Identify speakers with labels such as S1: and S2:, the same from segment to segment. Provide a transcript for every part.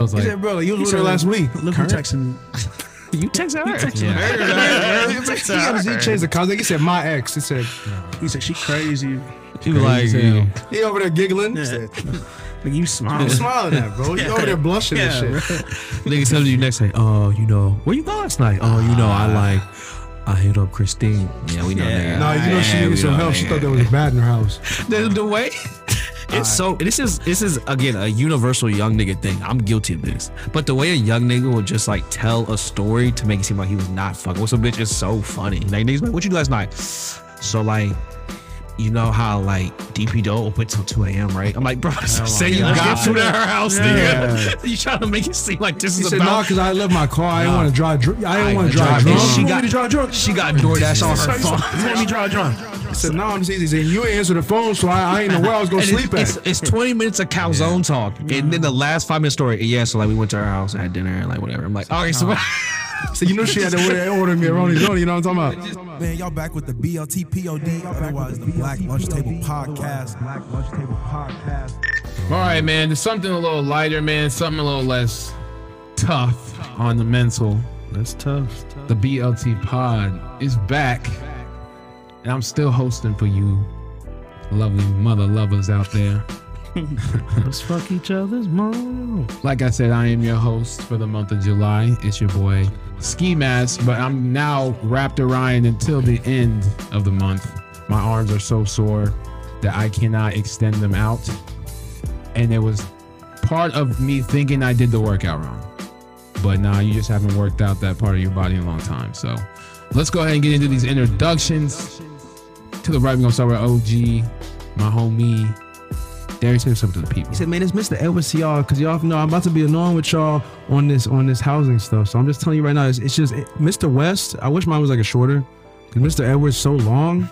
S1: was
S2: He
S1: like,
S2: said, bro, like, you was
S3: He
S2: with
S3: said
S2: her last week.
S3: Look who
S2: Current.
S3: texting.
S1: you text her. Yeah.
S2: He changed the contact. He said, my ex. He said,
S3: He said she crazy.
S1: She was like,
S2: Crazy. he over there giggling. He
S3: Yeah.
S2: said,
S3: Like you smile.
S2: I'm smiling at, bro. You over there blushing
S3: Yeah,
S2: and
S3: bro.
S2: shit.
S1: nigga tells you next day, oh, you know, where you go last night? Oh, you know, I like, I hit up Christine. Yeah, we know, nigga.
S3: Yeah.
S2: Ah. Nah, you know she
S1: Yeah, we
S2: needed some
S1: know,
S2: help. She
S1: nigga.
S2: thought there was a bat in her house.
S1: the, the way it's so this is this is again a universal young nigga thing. I'm guilty of this. But the way a young nigga will just like tell a story to make it seem like he was not fucking with some bitch is so funny. Like niggas be like, what you do last night? So like you know how like DP don't open till 2 a.m. right? I'm like, bro, say you
S2: Oh God.
S1: got food at her house,
S2: Yeah.
S1: nigga. you trying to make it seem like this
S2: He
S1: is
S2: said, nah,
S1: about
S2: because I left my car. I didn't
S1: Nah.
S2: want to drive. Dr- I didn't want to drive
S1: and
S2: drunk.
S1: She
S2: You want
S1: got
S2: me to drive drunk.
S1: she got DoorDash on her phone.
S3: You want me to drive drunk?
S2: He said, no, I'm just easy. He said, you ain't answer the phone, so I, I ain't know where I was going to
S1: And
S2: sleep
S1: it's,
S2: at.
S1: it's, it's 20 minutes of calzone talk. And then the last five minute story, yeah, so like we went to her house and had dinner and like whatever. I'm like, all right, so
S2: So you know she had to order- order me a Ronnie Zoni. You know what I'm talking about?
S4: Man, y'all back with the BLT POD, otherwise the Black Lunch Table Podcast. Black Lunch Table Podcast.
S5: All right, man. There's something a little lighter, man. Something a little less tough on the mental.
S1: that's tough.
S5: The BLT pod is back, and I'm still hosting for you, lovely mother lovers out there.
S1: Let's fuck each other's mom.
S5: Like I said, I am your host for the month of July. It's your boy Ski Mask, but I'm now wrapped around until the end of the month. My arms are so sore that I cannot extend them out. And it was part of me thinking I did the workout wrong. But nah, you just haven't worked out that part of your body in a long time. So let's go ahead and get into these introductions. To the right, we're gonna start with OG, my homie. Darius, say something to the people.
S2: He said, "Man, it's Mr. Edwards to y'all because y'all know I'm about to be annoying with y'all on this on this housing stuff. So I'm just telling you right now, it's, it's just it- Mr. West. I wish mine was like a shorter because Mr. Edwards so long.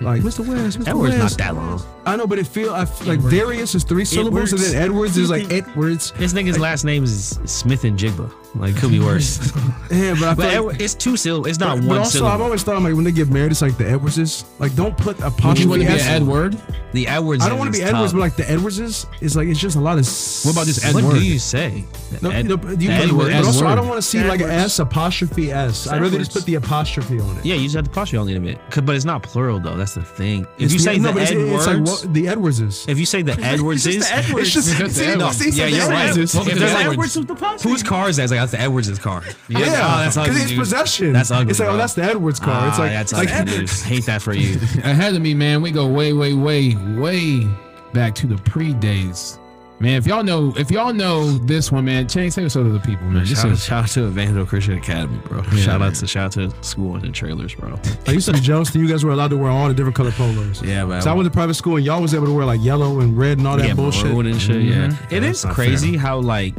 S2: Like Mr. West, Mr.
S1: That word's not
S2: West.
S1: that long.
S2: I know, but it feel I f- like Darius is three syllables and
S3: Edwards.
S2: then Edwards is like Edwards.
S1: This nigga's last name is Smith and Jigba. Like, could be worse.
S2: Yeah, but I
S1: but
S2: feel.
S1: it-
S2: like,
S1: it's two syllables. It's not
S2: but
S1: one
S2: also, I've
S1: syllable.
S2: always thought like when they get married, it's like the Edwardses. Like, don't put
S5: You
S2: apostrophe
S5: want to be an
S2: S.
S5: Edward?
S1: The Edwards.
S2: I don't want to be Edwards, but like the Edwardses is like it's just a lot of.
S5: What about just
S1: What
S5: Edward?
S1: do you say?
S2: No,
S1: Ed-
S2: no, but you
S1: the
S2: put-
S1: Edward-
S2: but also, I
S5: Edward.
S2: don't want to see like an S apostrophe S. I'd rather just put the apostrophe on it.
S1: Yeah, you just have to pause you on it a bit. 'Cause- But it's not plural though. That's the thing. If you
S2: It's-
S1: say
S2: no,
S1: the
S2: but it's-
S1: Edwards,
S2: it's like, what- the Edwardses.
S1: if you say the Edwards is,
S2: It's just,
S5: It's
S2: see,
S5: Edwards.
S2: see, it's
S1: Yeah,
S2: the
S1: you're right.
S2: Edwardses.
S1: Look at
S2: Yeah,
S1: that. Edwards.
S3: Edwards with the posse.
S1: Whose car is that? It's like, that's the Edwards' car.
S2: Yeah,
S1: Oh, that's ugly,
S2: it's
S1: dude.
S2: possession.
S1: That's ugly.
S2: It's like, oh,
S1: bro.
S2: that's the Edwards car. It's
S1: Ah,
S2: like,
S1: that's
S2: like
S1: ugly, dude. Hate that for you.
S5: ahead of me, man. We go way, way, way, way back to the pre days, man. If y'all know, if y'all know this one, man, change say so to the people, man. This
S1: shout, out,
S5: is
S1: shout out to Evangel Christian Academy, bro. shout out to shout out to school and the trailers, bro.
S2: I used to be jealous that you guys were allowed to wear all the different color polos.
S1: Yeah, man.
S2: So I went to private school and y'all was able to wear like yellow and red and all that
S1: yeah,
S2: bullshit. Mm-hmm.
S1: maroon and shit. Yeah, it is
S2: Yeah, it's not
S1: crazy how like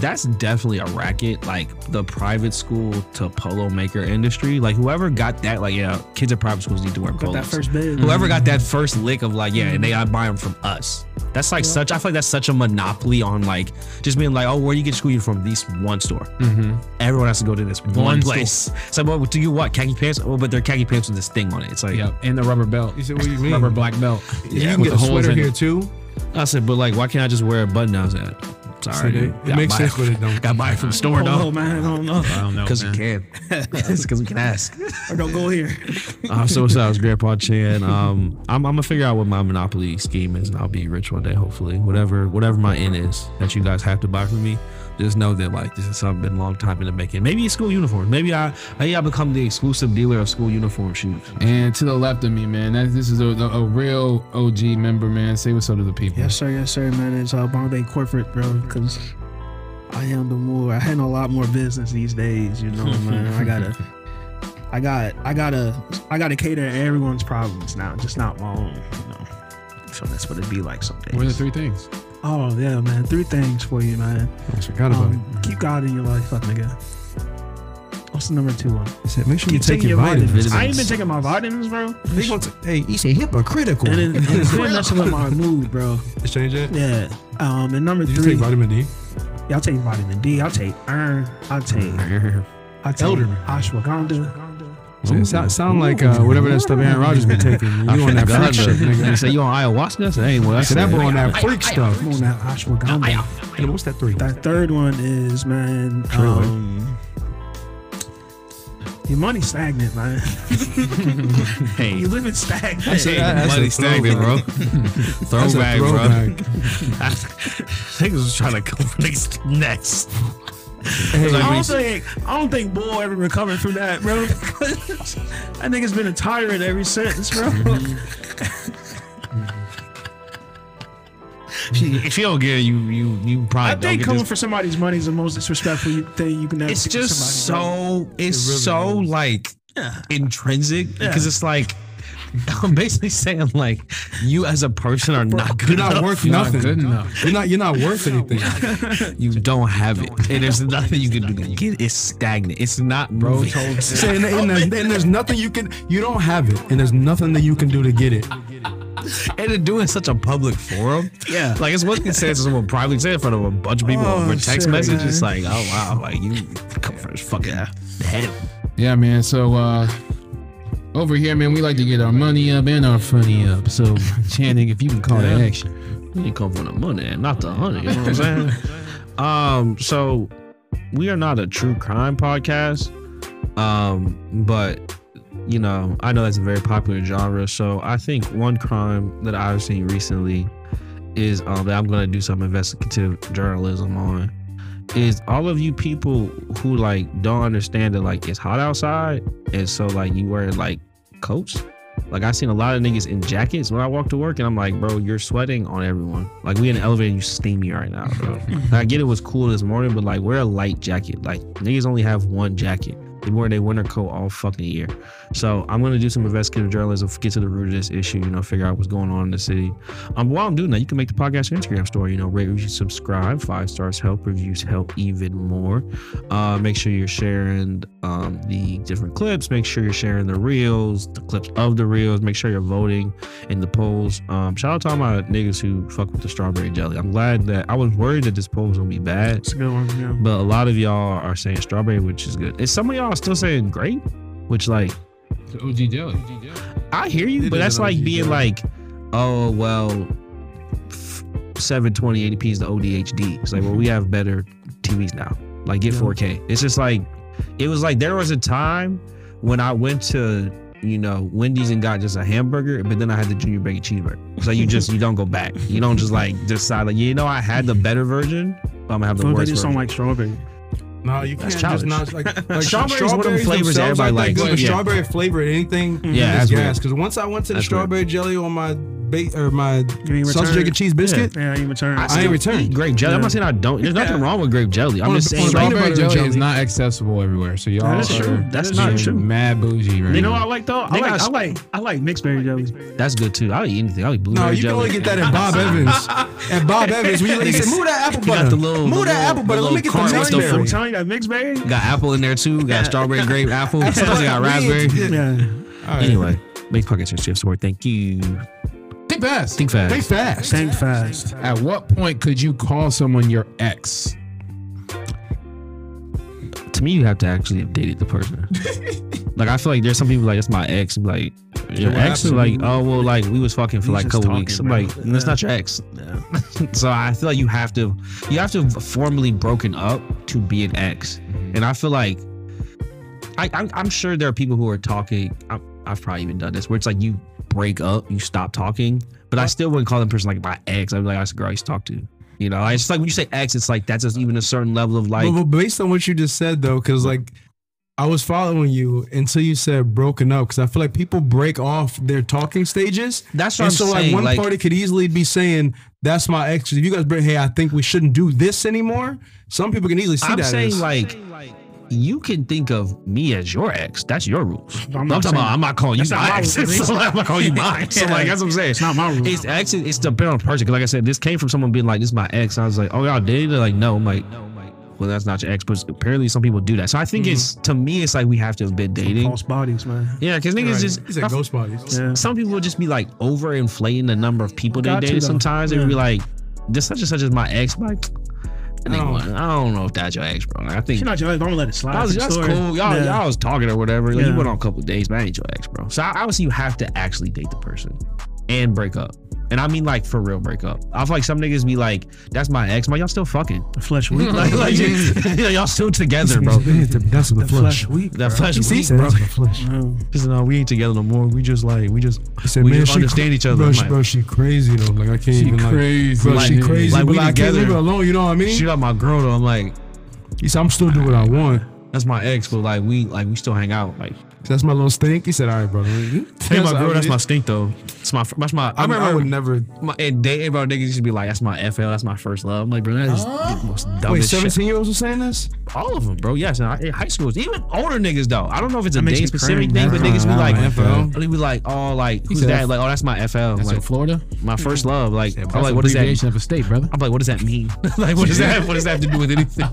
S1: that's definitely a racket. Like the private school to polo maker industry. Like whoever got that, like yeah, kids at private schools need to wear
S3: Got
S1: polos.
S3: that first bid.
S1: Whoever got that first lick of like, yeah, and they I buy them from us. That's like such. I feel like that's such a monopoly on like just being like, oh, where you get school uniform? This one store. Everyone has to go to this one,
S5: One store.
S1: place. So, well, do you want khaki pants? Oh, but they're khaki pants with this thing on it. It's like,
S5: yeah, and the rubber belt.
S2: You said, what do you mean?
S5: Rubber black belt.
S2: you can
S5: with
S2: get a
S5: the holes
S2: sweater
S5: in it.
S2: here too.
S1: I said, but like, why can't I just wear a button down?
S2: So
S1: Sorry,
S2: they-
S1: dude.
S2: it
S1: Gotta
S2: makes
S1: buy
S2: sense, but it don't.
S1: Gotta buy it from the store,
S3: Oh,
S1: though.
S3: man, I don't know.
S5: I don't know,
S1: Because we
S5: man.
S1: can. it's because we can ask.
S3: Or don't go here.
S1: I'm Uh, so sorry, it's Grandpa Chan. Um, I'm, I'm gonna figure out what my monopoly scheme is, and I'll be rich one day, hopefully. Whatever, whatever my end is that you guys have to buy from me, just know that like this is something been a long time in the making. Maybe it's school uniform. Maybe I, maybe I become the exclusive dealer of school uniform shoes.
S5: And to the left of me, man, that, this is a, a, a real OG member, man. Say what's up to the people.
S3: Yes, sir. Yes, sir, man. It's uh, Bombay corporate, bro, because I handle more. I handle a lot more business these days, you know, man. I gotta, I got, I gotta, I gotta cater to everyone's problems now, just not my own, you know. So that's what it'd be like some
S5: What are the
S3: days.
S5: three things?
S3: Oh yeah, man. Three things for you, man.
S2: I forgot about
S3: Um, keep God in your life, fuck nigga. What's the number two one?
S2: it. I said, make sure you
S3: Keep
S2: take
S3: taking
S2: your vitamins.
S3: I ain't been taking my vitamins, bro.
S2: They gonna t- Hey, he said hypocritical.
S3: And then it's been messing with my mood, bro.
S2: Just change it.
S3: Yeah. Um, and number
S2: Did you
S3: three,
S2: take vitamin D?
S3: yeah, I'll take vitamin D. I'll take iron. I'll take. I'll
S2: Mm.
S3: take
S2: Elderberry.
S3: ashwagandha.
S2: So it sound, sound like uh, whatever that stuff Aaron Rodgers be taking. You
S1: I
S2: on that freak shit,
S1: You
S2: nigga.
S1: say you on ayahuasca? That ain't what I
S2: So
S1: said.
S2: that boy on that freak stuff.
S3: I'm on that ashwagandha.
S2: Hey, what's that three?
S3: That third one is man. Um, your money's stagnant, man.
S1: Hey,
S3: You live in stagnant.
S1: hey,
S2: that- that's
S1: money
S2: a
S1: stagnant, bro.
S2: That's a
S1: throwback, bro.
S2: throwback.
S1: Niggas was trying to go for these necks.
S2: Hey,
S3: I don't think I don't think Bull ever recovered from that, bro. that nigga's been a tyrant ever since, bro.
S2: Mm-hmm.
S1: She, if you don't get it, you you you probably
S3: I
S1: don't
S3: think
S1: get
S3: coming
S1: this.
S3: for somebody's money is the most disrespectful you- thing you can ever.
S1: it's
S3: do to
S1: just
S3: somebody,
S1: so it's so like intrinsic because it's like I'm basically saying like you as a person are not good
S2: You're not
S1: enough.
S2: worth
S5: Not
S2: nothing.
S5: good enough.
S2: You're not. You're not worth anything.
S1: You don't have it, and there's nothing you can do to get it. It's stagnant. It's not moving.
S2: So, and, and there's, and there's nothing you can. You don't have it, and there's nothing that you can do to get it.
S1: and to do it in such a public forum.
S3: Yeah.
S1: Like it's one thing saying to someone privately, say in front of a bunch of people
S3: Oh,
S1: over text
S3: shit,
S1: message.
S3: man.
S1: It's like, oh wow, like you come for this fucking head.
S5: Yeah, man. So uh over here, man, we like to get our money up and our funny up. So Channing, if you can call that
S1: Yeah.
S5: action.
S1: You come for the money and not the honey. You know what I'm saying? um, so we are not a true crime podcast. Um, but you know, I know that's a very popular genre. So I think one crime that I've seen recently is um that I'm gonna do some investigative journalism on is all of you people who like don't understand that like it's hot outside and so like you wear like coats like I seen a lot of niggas in jackets when I walk to work, and I'm like, bro, you're sweating on everyone. Like we in the elevator, and you steamy right now, bro. And I get it was cool this morning, but like wear a light jacket. Like niggas only have one jacket. They wear their winter coat all fucking year. So I'm gonna do some investigative journalism, get to the root of this issue, you know, figure out what's going on in the city. Um, while I'm doing that, you can make the podcast your Instagram story. You know, rate, review, subscribe. Five stars help. Reviews help even more. Uh, make sure you're sharing um, the different clips. Make sure you're sharing the reels, the clips of the reels. Make sure you're voting in the polls. Um, shout out to all my niggas who fuck with the strawberry jelly. I'm glad that I was worried that this poll was gonna be bad,
S3: It's a good one. Yeah.
S1: but a lot of y'all are saying strawberry, which is good. And some of y'all are still saying grape, which like
S5: It's OG Jelly.
S1: I hear you,
S2: It
S1: but that's
S2: is an
S1: like
S2: OG
S1: being
S2: joke.
S1: like, oh well, 720 80p is the ODHD. It's like, well, we have better TVs now. Like get 4K. It's just like, it was like there was a time when I went to you know Wendy's and got just a hamburger, but then I had the junior bacon cheeseburger. So you just you don't go back. You don't just like decide like you know I had the better version, but I'm gonna have the
S3: What if they
S1: worst
S3: just don't
S1: version.
S3: like strawberry.
S2: No, you can't
S1: childish.
S2: just not like, like
S1: Strawberries one of them
S2: strawberries
S1: flavors
S2: themselves
S1: everybody
S2: aren't that
S1: likes.
S2: Good, but
S1: Yeah.
S2: strawberry flavored anything,
S1: Yeah,
S2: is
S1: that's weird.
S2: gas. Because once I went to the
S1: That's weird.
S2: strawberry jelly on my ba- or my
S3: You ain't
S2: sausage
S3: returned.
S2: egg and cheese biscuit,
S3: Yeah, you return.
S2: I ain't returned.
S1: grape jelly. I'm not saying I don't. There's nothing wrong with grape jelly. I'm
S2: On a-
S1: just
S2: on a
S1: saying like,
S2: peanut
S5: Strawberry
S2: butter
S5: jelly,
S2: jelly.
S5: is not accessible everywhere. So y'all
S3: That
S1: Oh,
S3: is
S5: are
S3: true. That is
S5: being
S3: not true.
S5: mad bougie right
S3: You know what I
S5: now.
S3: like though? I
S1: They
S3: like,
S1: got-
S3: I like I like mixed berry jelly.
S1: that's good too. I'll eat anything. I'll eat blueberry
S2: no, you can
S1: jelly.
S2: only get that at Bob Evans. At Bob Evans, we like,
S1: Niggas-
S2: said, move that apple
S1: got
S2: butter,
S1: the little-
S2: move
S1: the
S2: that
S1: little-
S2: apple butter.
S1: the
S2: Let me get
S1: little
S2: the
S1: cart with the
S2: raspberry.
S3: I'm telling you that mixed berry.
S1: Got apple in there too. Got strawberry, grape, apple. Sometimes I got raspberry.
S3: Yeah.
S1: Anyway, make pockets and shifts for Thank you.
S5: Think fast.
S1: Think fast.
S2: Think fast.
S3: Think fast.
S5: At what point could you call someone your ex?
S1: To me, you have to actually have dated the person. like I feel like there's some people like that's my ex. I'm Like your
S2: Well,
S1: ex is
S2: absolutely.
S1: like oh well like we was fucking for
S3: You
S1: like a
S3: just
S1: couple
S3: talking,
S1: weeks. I'm
S3: bro.
S1: like that's not your ex. so I feel like you have to you have to have formally broken up to be an ex. And I feel like I, I'm, I'm sure there are people who are talking. i I've probably even done this where it's like you break up, you stop talking, but I still wouldn't call them person like my ex. I'm like, that's a girl I used to talk to. You know, it's just like when you say ex, it's like that's just even a certain level of like.
S2: But- but based on what you just said though, because like I was following you until you said broken up, because I feel like people break off their talking stages.
S1: That's what
S2: and
S1: I'm
S2: so
S1: saying,
S2: like one
S1: like-
S2: party could easily be saying, "That's my ex." 'Cause If you guys break, hey, I think we shouldn't do this anymore. Some people can easily see
S1: I'm
S2: that.
S1: saying
S2: as-
S1: like. You can think of me as your ex. That's your rules. I'm, talking
S3: not saying-
S1: about. I'm not calling you
S3: That's not
S1: my
S3: my
S1: ex.
S3: rules,
S1: So, like, I'm not calling you mine. So like that's what I'm saying.
S3: It's not my rule.
S1: It's actually it's dependent on the person. 'Cause like I said, this came from someone being like, "This is my ex." I was like, "Oh y'all dated?" They're like, "No." I'm like, "Well, that's not your ex." But apparently, some people do that. So I think it's to me, it's like we have to have been dating.
S3: Mm-hmm. False bodies, man.
S1: Yeah, because niggas
S2: Right.
S1: just
S2: He said
S1: I-
S2: ghost bodies.
S3: Yeah.
S1: some people will just be like over inflating the number of people they
S3: Got to,
S1: dated.
S3: though.
S1: Sometimes they
S3: Yeah.
S1: be like, "This such and such is my ex." I'm like, I, think one- I don't know if that's your ex, bro. I think
S3: She's not your ex, but I'm gonna let it slide.
S1: that was,
S3: for the
S1: that's
S3: story.
S1: cool. Y'all,
S3: Yeah.
S1: y'all was talking or whatever. Like, You
S3: Yeah.
S1: went on a couple of days, but I ain't your ex, bro. So I, I would say you have to actually date the person and break up. And I mean like for real break up. I feel like some niggas be like, "That's my ex, man. Y'all still fucking?
S3: The flesh weak.
S1: Like, like, y'all still together, bro?
S2: That's the,
S4: The
S2: flesh.
S4: flesh week.
S1: That flesh
S2: He
S1: weak,
S2: said
S1: bro.
S2: that's the flesh.
S3: No.
S1: Because no, we ain't together no more. We just like we just
S2: He said,
S1: We
S2: man,
S1: just
S2: she
S1: understand
S2: cra-
S1: each other,
S2: Bro, she,
S1: Mike.
S2: bro, she crazy though. Like I can't
S5: She
S2: even like.
S5: crazy.
S2: Bro, she
S1: Like,
S2: crazy.
S1: like,
S2: but
S1: we
S2: like, I can't
S1: together.
S2: leave her alone. You know what I mean?
S1: shoot out my girl. Though I'm like,
S2: He said, I'm still doing what I want.
S1: that's my ex, but like we like we still hang out. Like,
S2: That's my little stink. He said, all right, brother. Hey,
S1: hey, my girl, that's my stink though. It's my that's my.
S2: I,
S1: I remember
S2: I would never.
S1: my and dating bro niggas used to be like, that's my FL, that's my first love. I'm like, bro, that is the most dumbest
S2: Wait,
S1: shit.
S2: 17 year olds were saying this?
S1: All of them, bro. Yes, and I, in high schools, even older niggas though. I don't know if it's a
S3: That makes
S1: dating
S3: me
S1: specific
S3: cringe.
S1: thing, but
S2: Nah,
S1: niggas be
S2: nah,
S1: like,
S2: my FL.
S1: they be like, oh, like who's
S5: said
S1: that?
S5: F-
S1: Like, oh, that's my FL.
S5: That's
S1: like
S5: in Florida.
S1: my first love. Like,
S5: That's
S1: I'm like,
S5: an
S1: what is that?
S5: abbreviation of a state, brother.
S1: I'm like, what does that mean? like, what does that? What does that have to do with anything?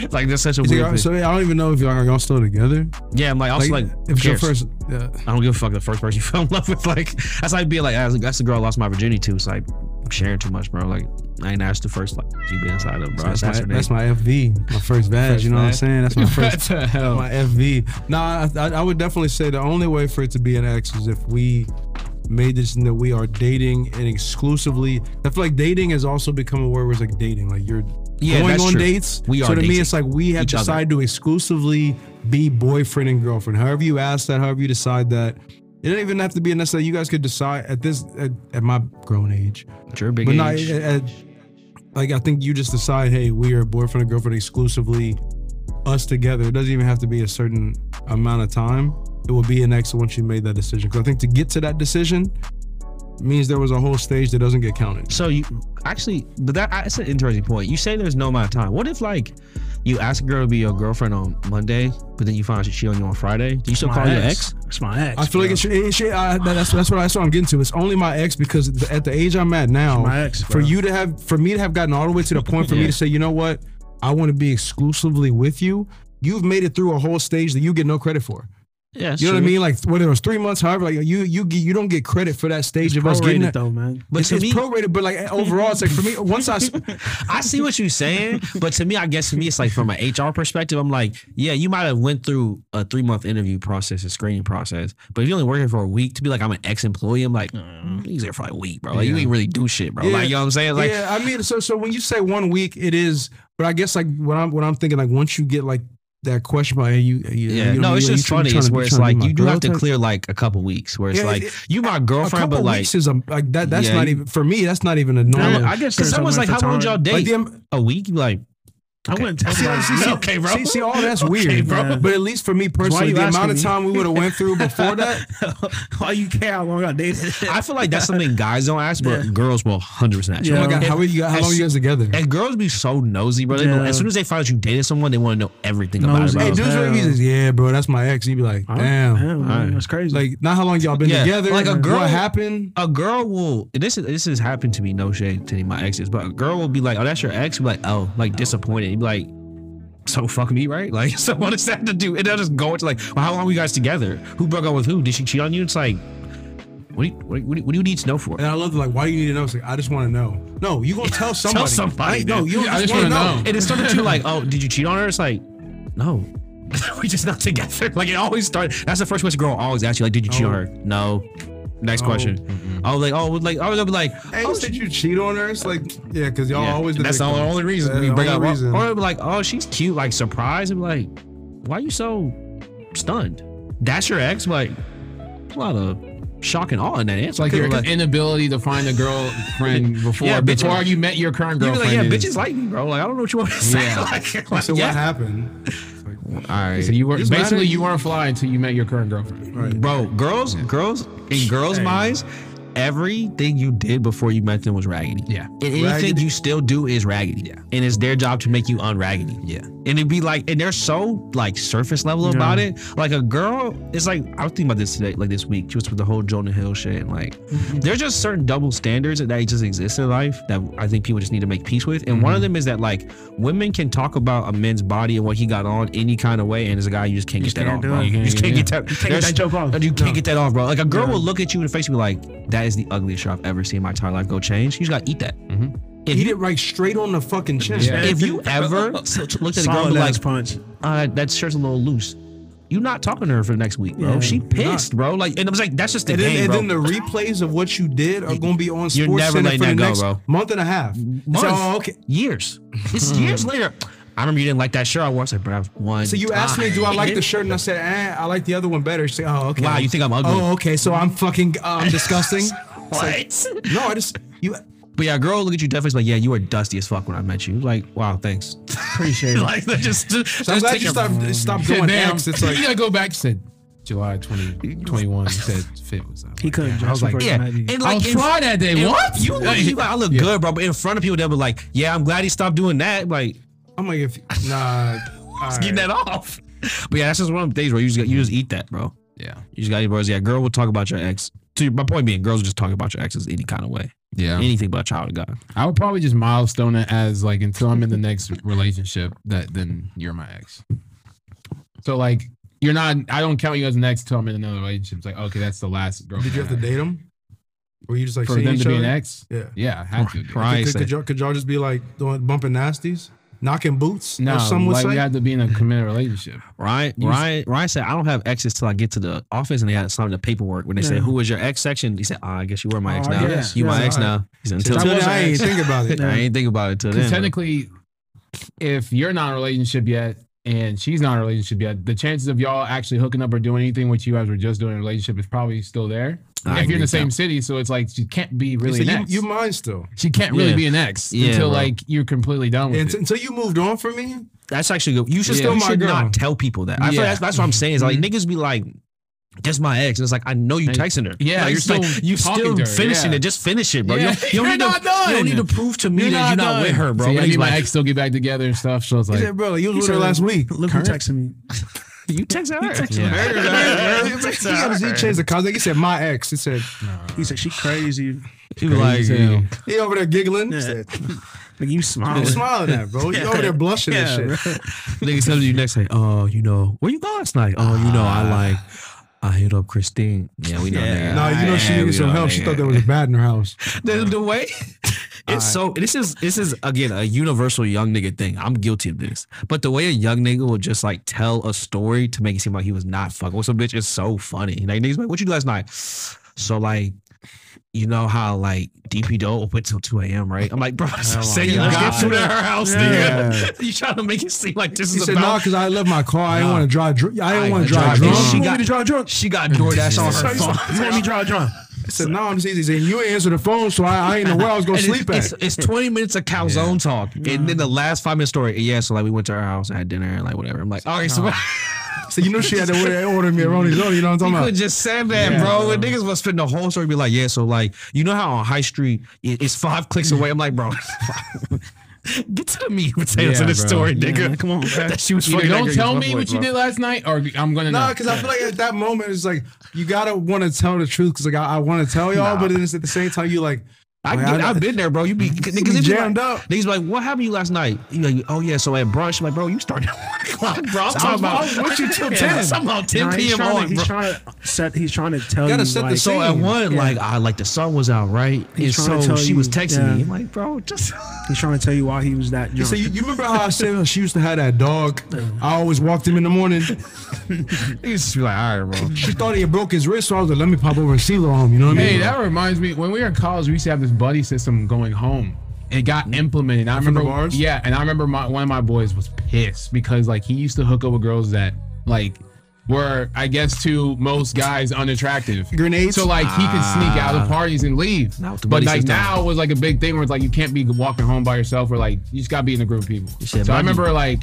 S1: like, that's such a weird
S2: Y'all-
S1: thing.
S2: So yeah, I don't even know if y'all are y'all still together.
S1: Yeah, I'm like, also like, who
S2: if it's your
S1: cares?
S2: first, yeah.
S1: I don't give a fuck the first person you fell in love with. Like that's like being like "Ah, that's the girl I lost my virginity to. It's like I'm sharing too much, bro. Like I ain't asked the first like you been inside of, bro. That's
S2: That's, my,
S1: her name.
S2: that's my FV, my first badge.
S5: First
S2: you know what I'm
S5: badge.
S2: saying? That's my
S5: What
S2: first,
S5: the hell?
S2: my FV. Nah, I, I, I would definitely say the only way for it to be an ex is if we made this thing that we are dating and exclusively. I feel like dating has also become a word where it's like dating, like you're
S1: Yeah,
S2: going
S1: that's
S2: on
S1: true.
S2: dates.
S1: We
S2: so
S1: are
S2: to me,
S1: dating
S2: it's like we have
S1: each other.
S2: decided to exclusively be boyfriend and girlfriend. However you ask that, however you decide that. It doesn't even have to be necessarily. You guys could decide at this at, at my grown age.
S1: It's your big
S2: But
S1: age.
S2: not at, at- like I think you just decide, hey, we are boyfriend and girlfriend exclusively, us together. It doesn't even have to be a certain amount of time. It will be an ex once you made that decision. Because I think to get to that decision means there was a whole stage that doesn't get counted.
S1: so you actually, but that that's an interesting point. You say there's no amount of time. What if like you ask a girl to be your girlfriend on Monday, but then you find out she on you on Friday? Do you still
S3: My
S1: call her your ex?
S3: It's my ex.
S2: I feel like
S3: bro.
S2: it's, it's I, that- that's that's what I, that's what I'm getting to. It's only my ex because the, at the age I'm at now,
S3: my ex,
S2: for
S3: bro.
S2: you to have for me to have gotten all the way to the point for me
S1: Yeah.
S2: to say, you know what, I want to be exclusively with you. You've made it through a whole stage that you get no credit for.
S1: Yeah, that's
S2: You know what I
S1: true.
S2: mean? Like whether it was three months, however, like you you get- you don't get credit for that stage of us getting
S3: prorated
S2: it.
S3: though, man.
S1: But
S2: it's,
S1: to
S2: it's
S1: me-
S2: prorated, but like overall, it's like for me, once I s-
S1: I see what you're saying, but to me, I guess to me, it's like from an HR perspective, I'm like, yeah, you might have went through a three month interview process, a screening process, but if you only work here for a week, to be like, I'm an ex employee, I'm like, mm, he's there for like a week, bro. Like, you
S2: Yeah.
S1: ain't really do shit, bro.
S2: Yeah.
S1: Like, you know what I'm saying? Like,
S2: yeah, I mean, so so when you say one week, it is, but I guess like what I'm what I'm thinking, like once you get like that question about hey, you, you,
S1: yeah,
S2: you know,
S1: no, it's
S2: you-
S1: just
S2: you trying
S1: funny.
S2: to-
S1: It's
S2: trying to-
S1: where it's
S2: trying
S1: like
S2: be my
S1: you do have to
S2: girl type.
S1: clear like a couple weeks, where it's
S2: Yeah,
S1: like
S2: it-
S1: you my girlfriend,
S2: a couple
S1: but like,
S2: weeks is a like that. That's
S1: Yeah,
S2: not
S1: you-
S2: even for me. That's not even a
S3: No,
S2: normal.
S3: I guess
S1: because
S3: there's
S1: someone's like,
S3: something
S1: how
S3: for
S1: long y'all
S3: time.
S1: date?
S2: like the,
S1: a week? You like,
S3: I wouldn't tell
S2: See,
S3: you.
S2: see, see,
S1: okay, bro.
S2: See, see, all that's weird,
S3: bro. Yeah.
S2: But at least for me personally,
S3: you
S2: the amount
S3: asking
S2: of
S3: me?
S2: time we would have went through before that,
S3: Why you care how long I dated?
S1: I feel like that's something guys don't ask, but girls will 100% ask.
S3: Yeah.
S2: Oh my god, how, are you, how
S1: As-
S2: long you guys together?
S1: And girls be so nosy, bro. They know,
S3: Yeah.
S1: as soon as they find out you dated someone, they want to know everything about it.
S3: Nosy.
S1: Bro.
S2: Hey, dudes,
S3: Damn.
S2: what he says, yeah, bro, that's my ex. He'd be like, damn.
S3: Damn, man, that's crazy.
S2: Like, not how long y'all been
S1: Yeah,
S2: together.
S1: like a girl-
S2: What happened?
S1: a girl will and this is this has happened to me, no shade to any of my exes, but a girl will be like, Oh, that's your ex? Be like, oh, like disappointed. You'd be like, So fuck me, right? Like, so what does that have to do? And they'll just go into like, well, how long were you guys together? Who broke up with who? Did she cheat on you? It's like, what do you, what, do you- what do you- what do you need to know for?
S2: And I love the like, why do you need to know? It's like, I just want to know. No, you gonna tell somebody.
S1: somebody,
S2: I- no,
S1: dude.
S2: you
S5: I
S2: just
S5: just
S2: want to
S5: wanna
S2: know.
S5: know.
S1: And it started to like, oh, did you cheat on her? It's like, no. we just not together. Like it always started. That's the first question girl always asks you, like, did you cheat on
S2: Oh.
S1: her? No. Next
S5: Oh,
S2: No.
S1: question. I was like, oh, like I was gonna be like,
S2: Hey,
S1: oh,
S2: did you cheat on her? It's like, yeah, because y'all
S1: Yeah,
S2: always.
S1: that's the
S2: victim.
S1: only reason
S2: Yeah,
S1: we
S2: the
S1: bring up.
S2: only reason.
S1: Or it'd be like, oh, she's cute, like surprised, and be like, why you so stunned? That's your ex, like a lot of shock and awe in that
S5: It's
S1: answer.
S5: like
S1: You're
S5: your
S1: like,
S5: inability to find a girlfriend before
S1: Yeah, bitch.
S5: before you met your current
S1: you be like,
S5: girlfriend.
S1: yeah,
S5: is-
S1: bitches like me, bro. Like I don't know what you want me to say.
S5: Yeah.
S1: Like, like,
S2: So what
S1: yeah.
S2: happened?
S1: All right,
S5: So you were
S2: It's
S5: basically
S2: matter-
S5: you weren't fly until you met your current girlfriend.
S2: Right.
S1: bro. Girls, girls, in girls' minds, everything you did before you met them was raggedy.
S5: Yeah.
S1: And anything
S2: Raggedy.
S1: you still do is raggedy.
S5: Yeah.
S1: And it's their job to make you unraggedy.
S5: Yeah.
S1: And it'd be like, and they're so like surface level about it. Like a girl, it's like I was thinking about this today, like this week, just with the whole Jonah Hill shit. And like, there's just certain double standards that just exist in life that I think people just need to make peace with. And one of them is that like women can talk about a man's body and what he got on any kind of way, and as a guy, you just can't get that
S3: can't
S1: off.
S3: do
S1: bro.
S3: it.
S1: You just can't get that.
S3: can't get
S1: there's-
S3: that joke off.
S1: You can't
S3: No.
S1: get that off, bro. Like a
S2: Mm-hmm.
S1: girl will look at you in the face and be like, "That is the ugliest shirt I've ever seen in my entire life. Go change." You just gotta eat that. If
S2: Eat
S1: you-
S2: it right straight on the fucking chin.
S5: Yeah.
S1: If you ever looked at a girl and
S3: Solid
S1: be like,
S3: ass punch.
S1: uh, that shirt's a little loose. You not talking to her for the next week, bro.
S3: Yeah,
S1: she
S3: you're
S1: pissed, bro. Like, and I was like, that's just the
S2: And, then,
S1: game,
S2: and
S1: bro.
S2: then the replays of what you did are going to be on Sports
S1: You're never
S2: Center
S1: letting
S2: for the
S1: that go,
S2: next
S1: bro.
S2: month and a half.
S1: Months,
S2: So, oh, okay.
S1: years. It's years later. I remember you didn't like that shirt I wore. I said, bro, one.
S2: So you asked me,
S1: time.
S2: do I like the shirt? And I said, eh, I like the other one better. She said, oh, okay.
S1: Wow, you think I'm ugly.
S2: Oh, okay. So I'm fucking, uh, I'm disgusting.
S1: What?
S2: no, I just, you,
S1: But yeah, a girl, look at you definitely like, yeah, you were dusty as fuck when I met you. Like, wow, thanks.
S3: Appreciate it.
S1: like, that just, just,
S2: so I'm
S1: just
S2: glad
S1: take
S2: you
S1: it-
S2: stopped, stopped doing
S5: Damn.
S2: X. It's like,
S5: you gotta go back. Said July 2021. you said fit was out.
S3: He couldn't
S5: I was
S3: dress
S5: like,
S3: for
S1: Yeah,
S3: personality.
S1: and
S5: I
S1: like
S5: was
S1: in-
S5: fly that day.
S1: in-
S5: What?
S1: You, look- you like, I look good, bro. But in front of people, they'll be like, "Yeah, I'm glad he stopped doing that." Like,
S2: I'm like, if, nah.
S1: just getting that off. But yeah, that's just one of the things where you just got- you just eat that, bro.
S5: Yeah.
S1: You just got your bros. Yeah, girl will talk about your ex. To your- my point being, girls will just talk about your exes any kind of way,
S5: Yeah.
S1: anything but a child of God.
S5: I would probably just milestone it as like until I'm in the next relationship that then you're my ex. So like you're not I don't count you as an ex until I'm in another relationship. It's like, okay, that's the last girl.
S2: Did you have to date him? Were you just like
S5: for
S2: seeing
S5: them
S2: each
S5: to be
S2: other?
S5: an ex?
S2: Yeah.
S5: Yeah, I had to. dude.
S1: Right.
S2: Could,
S1: say-
S2: could, y'all, could y'all just be like doing bumping nasties, knocking boots?
S5: No,
S2: as some would
S5: like
S2: say.
S5: we had to be in a committed relationship.
S1: Ryan,
S5: You-
S1: Ryan, Ryan said, I don't have exes till I get to the office and they had signed the paperwork. When they said,
S3: Yeah.
S1: Who was your ex section? He said, "Ah, I guess you were my ex
S2: Oh, I
S1: now.
S5: guess.
S1: You my
S2: Yeah,
S1: ex
S2: alright.
S1: now. He said,
S2: Till
S1: Until
S2: then,
S1: then,
S2: I ain't
S1: I
S2: think about it.
S1: ain't think about it till
S5: Because
S1: then. uh, bro.
S5: technically, if you're not in a relationship yet and she's not in a relationship yet, the chances of y'all actually hooking up or doing anything which you guys were just doing in a relationship is probably still there.
S1: I
S5: if you're in the
S1: agree,
S5: same
S1: yeah.
S5: city, so it's like she can't be
S2: So
S5: really an
S2: you,
S5: ex.
S2: you mine still.
S5: she can't really
S1: Yeah.
S5: be an ex
S1: Yeah,
S5: until
S1: bro.
S5: like you're completely done with
S2: And
S5: it.
S2: t- until you moved on from me,
S1: That's actually good. You should
S5: Yeah.
S1: still you
S2: Still my
S1: should
S2: girl.
S1: not tell people that. I feel
S5: Yeah. Mm-hmm.
S1: like that's, that's what I'm saying. Is like niggas be like, that's my ex. And it's like, I know you
S5: Hey,
S1: texting her.
S5: yeah,
S1: Like,
S5: you're
S1: it's like,
S5: still
S1: you
S5: talking
S1: still
S5: to her,
S1: finishing
S5: yeah.
S1: it. Just finish it, bro.
S5: Yeah.
S1: You don't, you don't
S5: You're
S1: need to,
S5: not done.
S1: You don't need to prove to me
S5: You're
S1: that you're not
S5: done.
S1: with her, bro.
S5: See,
S1: But
S5: I
S1: he's
S5: need my
S1: like,
S5: ex still get back together and stuff. So it's
S2: he
S5: like,
S2: said, bro, like, you was with her
S3: said,
S2: last week.
S3: Look who texted me.
S1: you text her.
S5: yeah.
S2: he gotta- he changed the context. He said my ex. He said
S3: He said she crazy.
S1: She was like,
S5: Crazy as hell.
S2: he over there giggling. He
S3: Yeah.
S2: said,
S3: Like you
S2: I'm
S3: smiling.
S2: smiling at bro. You over there blushing
S3: Yeah,
S2: and shit.
S1: Niggas come to you next day. Oh, you know, where you go last night? Oh, you know,
S5: Ah.
S1: I like, I hit up Christine. Yeah, we know.
S3: Yeah.
S1: nigga.
S2: No, you know she
S1: Yeah, we
S2: needed some help. She
S1: nigga.
S2: thought there was a bat in her house.
S1: the, the way it's so this is this is again a universal young nigga thing. I'm guilty of this. But the way a young nigga will just like tell a story to make it seem like he was not fucking with some bitch is so funny. Like niggas be like, what you do last night? So like you know how like DP don't open till 2 a.m., right? I'm like, bro, so say you
S5: God.
S1: get to her house,
S2: Yeah.
S1: nigga. you trying to make it seem like this
S2: He
S1: is
S2: said,
S1: about
S2: nah, cause I left my car. I didn't
S1: Nah.
S2: want to drive. Dr- I didn't want to
S1: ain't
S2: drive
S1: drive
S2: drunk.
S1: drunk. She
S2: You
S1: got-
S2: want me to drive drunk?
S1: she got DoorDash on her phone.
S3: You want me to draw a drawing?
S2: I said, no, I'm just easy. He said, you ain't answer the phone, so I, I ain't know where I was gonna
S1: And it's-
S2: sleep at.
S1: it's, it's 20 minutes of calzone talk. And then the last five minute story. Yeah, so like we went to her house and had dinner and like whatever. I'm like, all right, so
S2: So you know she had to order, order me a Ronnie Zone. You know what I'm
S1: you
S2: talking
S1: could
S2: about?
S1: just said that, bro. And niggas was spend the whole story be like, yeah, so like, you know how on High Street it- it's five clicks away. I'm like, bro, get to the meat and potatoes
S5: Yeah,
S1: of this
S5: bro.
S1: story,
S3: Yeah,
S1: nigga.
S3: man, come on, bro.
S1: That she was
S5: Either
S1: fucking that
S5: don't
S1: girl
S5: tell
S1: you
S5: me
S1: fuck
S5: what
S1: with,
S5: you
S1: bro.
S5: did last night, or I'm gonna
S2: Nah,
S5: know.
S2: because I feel like at that moment it's like you gotta want to tell the truth. Because like I, I want to tell y'all,
S1: Nah.
S2: but then it's at the same time you like
S1: I
S2: Like,
S1: get,
S2: I-
S1: I've been there, bro. You be niggas if you
S2: jammed
S1: like,
S2: up.
S1: Niggas be like, what happened to you last night? You know, you- oh yeah, so at brunch, I'm like, bro, you started at one o'clock, bro. I'm talking about
S2: what you till
S1: Yeah,
S2: ten.
S1: Somehow 10
S3: Nah, he's
S1: p.m.
S3: trying
S1: on,
S3: to- He's
S1: bro.
S3: trying to set. He's trying to tell you.
S2: Gotta set the
S3: like,
S1: So at
S2: Same.
S1: one,
S3: Yeah.
S1: like I like the sun was out, right? And
S3: He's trying
S1: so
S3: to tell
S1: she
S3: you,
S1: was texting
S3: yeah.
S1: me. I'm like, bro, just
S3: He's trying to tell you why he was that drunk.
S2: So you, you remember how I said she used to have that dog? I always walked him in the morning.
S1: niggas just be like, all right, bro.
S2: She thought he had broke his wrist, so I was like, let me pop over and see little home. You know what I mean?
S5: Hey, that reminds me. When we were in college, we used to have this buddy system going home. It got implemented. I remember,
S2: the bars?
S5: yeah, and I remember my one of my boys was pissed because like he used to hook up with girls that like were, I guess, to most guys unattractive.
S2: Grenades?
S5: So like he could sneak out of parties and leave.
S1: Not with the
S5: But
S1: buddy
S5: like
S1: system.
S5: now it was like a big thing where it's like you can't be walking home by yourself or like you just gotta be in a group of people.
S1: said
S5: so I
S1: buddy.
S5: remember like